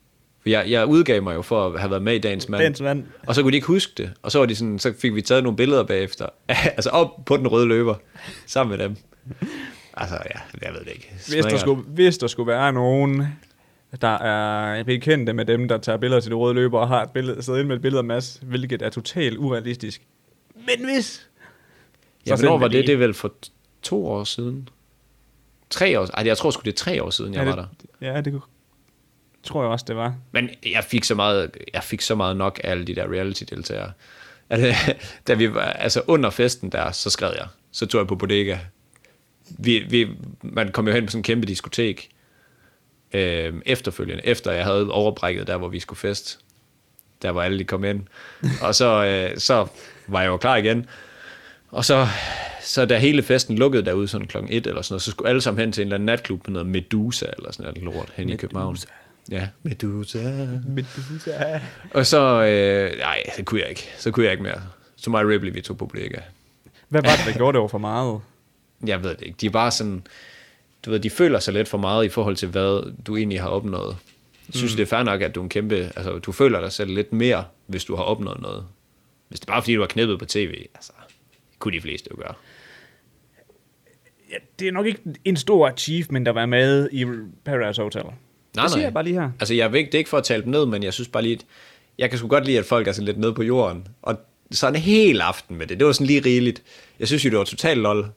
S2: For jeg, jeg udgav mig jo for at have været med i Dagens Mand.
S1: Dagens Mand.
S2: Og så kunne de ikke huske det. Og så, var de sådan, så fik vi taget nogle billeder bagefter. altså op på den røde løber, sammen med dem. Altså, ja, jeg ved det ikke.
S1: Hvis der,
S2: Smadret.
S1: skulle, hvis der skulle være nogen, der er bekendte med dem, der tager billeder til det røde løber og har et billede, sidder inde med et billede af Mads, hvilket er totalt urealistisk. Men hvis...
S2: Ja,
S1: sendte
S2: hvornår var
S1: vi
S2: det?
S1: lige-
S2: Det er vel for to år siden? Tre år? Ej, jeg tror sgu, det er tre år siden, jeg
S1: ja,
S2: var der.
S1: det, ja, det kunne, tror jeg også, det var.
S2: Men jeg fik så meget, jeg fik så meget nok af alle de der reality-deltagere. At, øh, da vi var, altså under festen der, så skred jeg. Så tog jeg på bodega. Vi, vi, man kom jo hen på sådan en kæmpe diskotek. Øh, efterfølgende, efter jeg havde overbrækket der, hvor vi skulle fest. Der var alle de kom ind. Og så, øh, så var jeg jo klar igen. Og så, så da hele festen lukkede derude sådan klokken 1 eller sådan noget, så skulle alle sammen hen til en eller anden natklub med noget Medusa eller sådan noget lort hen i København. Ja, Medusa.
S1: Men det synes jeg er...
S2: Og så, øh, nej, det kunne jeg ikke. Så kunne jeg ikke mere. Så mig og Ripley, vi tog på bodega.
S1: Hvad var det, der gjorde det over for meget?
S2: Jeg ved det ikke. De er bare sådan, du ved, de føler sig lidt for meget i forhold til, hvad du egentlig har opnået. Jeg synes, mm. det er fair nok, at du er en kæmpe, altså du føler dig selv lidt mere, hvis du har opnået noget. Hvis det bare er, fordi du har knippet på tv, altså, det kunne de fleste jo gøre.
S1: Ja, det er nok ikke en stor achievement at være med i Paradise Hotel. Nej,
S2: Nej,
S1: det siger
S2: nej.
S1: jeg bare lige her.
S2: Altså, jeg vil ikke, det er ikke for at tale dem ned, men jeg synes bare lige, at jeg kan sgu godt lide, at folk er sådan lidt nede på jorden. Og sådan en hel aften med det, det var sådan lige rigeligt. Jeg synes jo, det var totalt lol.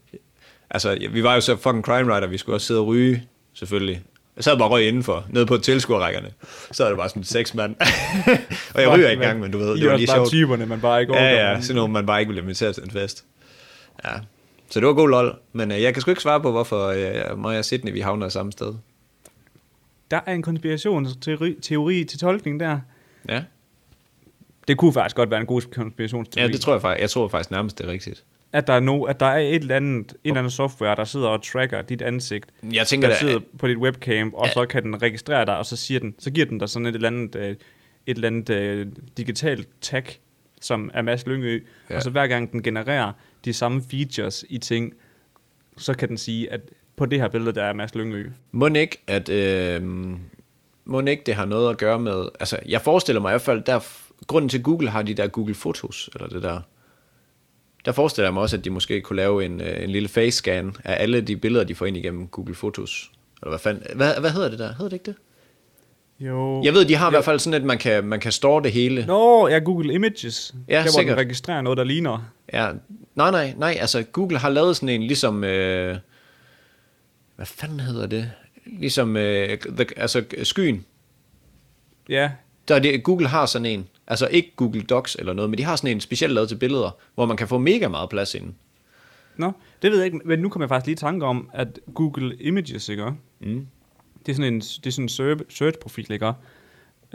S2: Altså, ja, vi var jo så fucking crime writer, vi skulle også sidde og ryge, selvfølgelig. Jeg sad bare og røg indenfor, nede på tilskuerrækkerne. Så er det bare sådan seks mand. og jeg ryger ikke engang, men du ved,
S1: I
S2: det var
S1: også
S2: lige
S1: bare
S2: sjovt.
S1: typerne, man bare ikke
S2: Ja,
S1: overgår.
S2: ja, sådan nogen, man bare ikke ville invitere til en fest. Ja, så det var god lol. Men øh, jeg kan sgu ikke svare på, hvorfor øh, mig og Sydney, vi havner samme sted.
S1: Der er en konspirationsteori teori til tolkning der.
S2: Ja,
S1: Det kunne faktisk godt være en god konspirationsteori.
S2: ja det tror jeg faktisk. Jeg tror faktisk nærmest, det er rigtigt.
S1: At der er, no, at der er et eller andet, et eller andet software, der sidder og tracker dit ansigt.
S2: Jeg tænker,
S1: der
S2: der,
S1: sidder på dit webcam, og så kan den registrere dig, og så, siger den, så giver den dig sådan et eller andet, øh, et eller andet øh, digitalt tag, som er Mads Lyngø,
S2: Ja.
S1: ja. og så hver gang den genererer de samme features i ting, så kan den sige, at på det her billede, der er Mads Lyngø.
S2: Må ikke, at... Øh, må ikke, det har noget at gøre med... Altså, jeg forestiller mig i hvert fald, der grunden til Google har de der Google Fotos, eller det der... Der forestiller jeg mig også, at de måske kunne lave en, øh, en lille face-scan af alle de billeder, de får ind igennem Google Fotos. Eller hvad fanden... Hvad, hvad hedder det der? Hedder det ikke det?
S1: Jo.
S2: Jeg ved, de har i hvert fald sådan, at man kan, man kan store det hele.
S1: Nå, ja, Google Images.
S2: Ja,
S1: der, hvor
S2: sikkert.
S1: den registrerer noget, der ligner.
S2: Ja, nej, nej, nej, altså Google har lavet sådan en ligesom, øh, hvad fanden hedder det? Ligesom, øh, the, altså skyen.
S1: Ja,
S2: Der er det, Google har sådan en, altså ikke Google Docs eller noget, men de har sådan en specielt lavet til billeder, hvor man kan få mega meget plads inden.
S1: Nå, det ved jeg ikke, men nu kommer jeg faktisk lige i tanke om, at Google Images, ikke?
S2: Mm.
S1: Det er sådan en, det er sådan en søge- search-profil, ikke?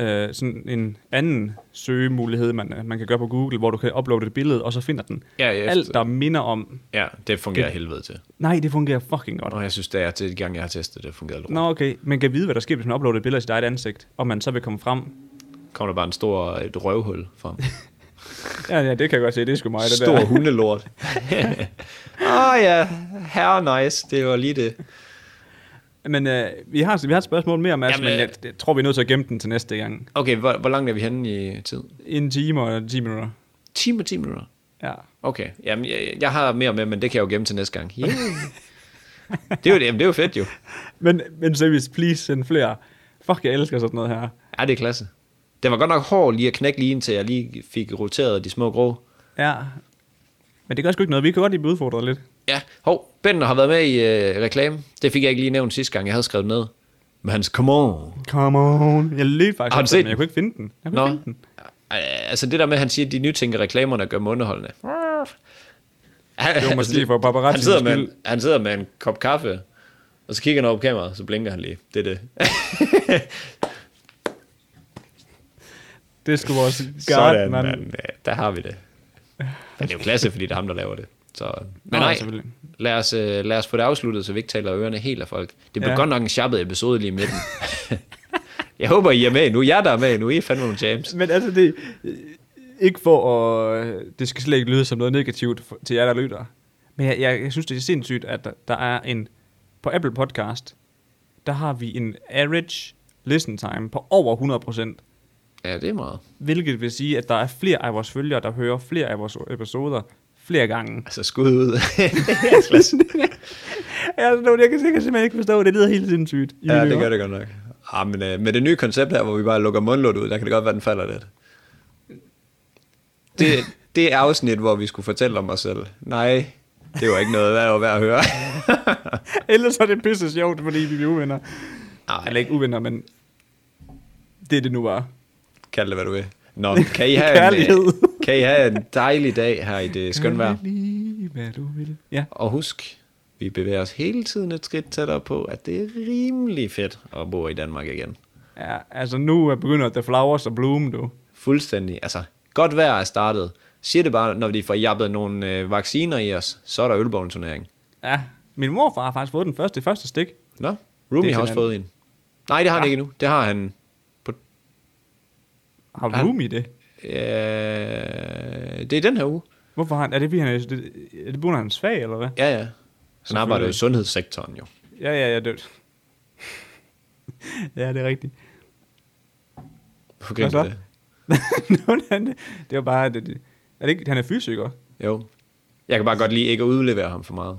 S1: Uh, sådan en anden søgemulighed, man, man kan gøre på Google, hvor du kan uploade et billede, og så finder den.
S2: Ja, efter-
S1: Alt, der minder om...
S2: Ja, det fungerer det. helvede til.
S1: Nej, det fungerer fucking godt.
S2: Og jeg synes, det er til de gange, jeg har testet det, fungerer lort.
S1: Nå, okay. Man kan vide, hvad der sker, hvis man uploader et billede af sit eget ansigt, og man så vil komme frem.
S2: Kommer der bare en stor et røvhul frem.
S1: Ja, ja, det kan jeg godt se. Det er sgu mig, det
S2: stor
S1: der.
S2: hundelort. Åh oh, ja, herre nice, det var lige det.
S1: Men uh, vi, har, vi har et spørgsmål mere, Mads,
S2: Jamen,
S1: men
S2: øh,
S1: jeg, jeg tror, vi er nødt til at gemme den til næste gang.
S2: Okay, hvor, hvor langt er vi henne i tid?
S1: En time og 10 minutter.
S2: 10 og 10 minutter.
S1: Ja.
S2: Okay, jamen, jeg, jeg har mere med, men det kan jeg jo gemme til næste gang. Yeah. det, er jo, jamen, det er jo fedt jo.
S1: Men, men seriøst, please send flere. Fuck, jeg elsker sådan noget her.
S2: Ja, det er klasse. Det var godt nok hård lige at knække lige indtil jeg lige fik roteret de små grå.
S1: Ja. Men det gør sgu ikke noget. Vi kan godt lige blive udfordret lidt.
S2: Ja, hov, Bender har været med i øh, reklame. Det fik jeg ikke lige nævnt sidste gang, jeg havde skrevet ned. Men hans, come on.
S1: Come on. Jeg ledte faktisk
S2: Har
S1: efter
S2: du
S1: den,
S2: set
S1: men
S2: den?
S1: jeg kunne ikke finde den. Jeg kunne
S2: Nå.
S1: ikke finde den.
S2: Øh, Altså det der med, at han siger, at de nytænker reklamerne gør dem underholdende. Han,
S1: Det var måske for paparazzi.
S2: han, sidder med en, han sidder med en kop kaffe, og så kigger han over på kameraet, så blinker han lige. Det er det.
S1: Det er sgu vores
S2: Sådan,
S1: guard,
S2: man.
S1: mand.
S2: Man. Der har vi det. Men det er jo klasse, fordi det er ham, der laver det. Så, men
S1: Nå,
S2: nej,
S1: selvfølgelig.
S2: lad os, øh, lad os få det afsluttet, så vi ikke taler ørerne helt af folk. Det blev
S1: Ja.
S2: ja. godt nok en sjappet episode lige i midten. jeg håber, I er med nu. Jeg der er med nu. I er fandme nogle James.
S1: Men altså, det ikke for at... Det skal slet ikke lyde som noget negativt for- til jer, der lytter. Men jeg, jeg, jeg synes, det er sindssygt, at der, der er en... På Apple Podcast, der har vi en average listen time på over 100 procent.
S2: Ja, det er meget.
S1: Hvilket vil sige, at der er flere af vores følgere, der hører flere af vores episoder flere gange.
S2: Altså skud ud.
S1: Ja, altså, jeg kan sikkert simpelthen ikke forstå, det lyder helt sindssygt. I
S2: ja, det gør det godt nok. Ja, men øh, med det nye koncept her, hvor vi bare lukker mundlort ud, der kan det godt være, den falder lidt. Det, det er afsnit, hvor vi skulle fortælle om os selv. Nej, det var ikke noget værd, værd at høre.
S1: Ellers er det pisse sjovt, fordi vi er uvenner.
S2: Ej.
S1: Eller ikke uvenner, men det er det nu bare.
S2: Kald det, hvad du vil. Nå, kan I have, en,
S1: Kærlighed.
S2: øh, kan I have en dejlig dag her i det skønne vejr.
S1: Lige, hvad du vil. Ja,
S2: Og husk, vi bevæger os hele tiden et skridt tættere på, at det er rimelig fedt at bo i Danmark igen.
S1: ja altså nu er begynder The Flowers at bloom, du.
S2: Fuldstændig. Altså, godt vejr er startet. Siger det bare, når de får jappet nogle øh, vacciner i os, så er der ølbogen turnering.
S1: Ja, min morfar har faktisk fået den første, det første stik.
S2: Nå,
S1: Det
S2: Rumi
S1: er
S2: har også
S1: til
S2: fået en. Nej, det har han ikke endnu. Det har han.
S1: Har
S2: Han-
S1: Rumi det?
S2: Øh, det er den her uge.
S1: Hvorfor har han? Er det, fordi han er, det- er det, på grund af, han er svag, eller hvad?
S2: Ja, ja. Han arbejder jo i sundhedssektoren jo.
S1: Ja, ja, ja, det. ja, det er rigtigt.
S2: Okay,
S1: Hvad
S2: øh,
S1: så?
S2: det.
S1: Nå, han- det var bare... Det, det, er det ikke, han er fysiker?
S2: Jo. Jeg kan bare godt lide ikke at udlevere ham for meget.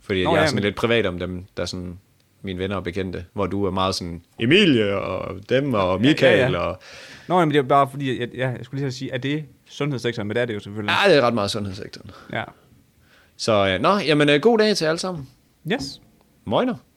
S2: Fordi
S1: Nå,
S2: Nå, jeg er
S1: ja,
S2: sådan
S1: men-
S2: lidt privat om dem, der er sådan mine venner og bekendte, hvor du er meget sådan Emilie og dem og Michael ja, ja, ja. og...
S1: Nå, jamen, det er bare fordi,
S2: Ah.
S1: at, ja, jeg skulle lige til at sige, at det er sundhedssektoren, men det er det jo selvfølgelig.
S2: Ja, det er ret meget sundhedssektoren.
S1: Ja.
S2: Så øh, nå, jamen øh, god dag til alle sammen.
S1: Yes.
S2: Moiner.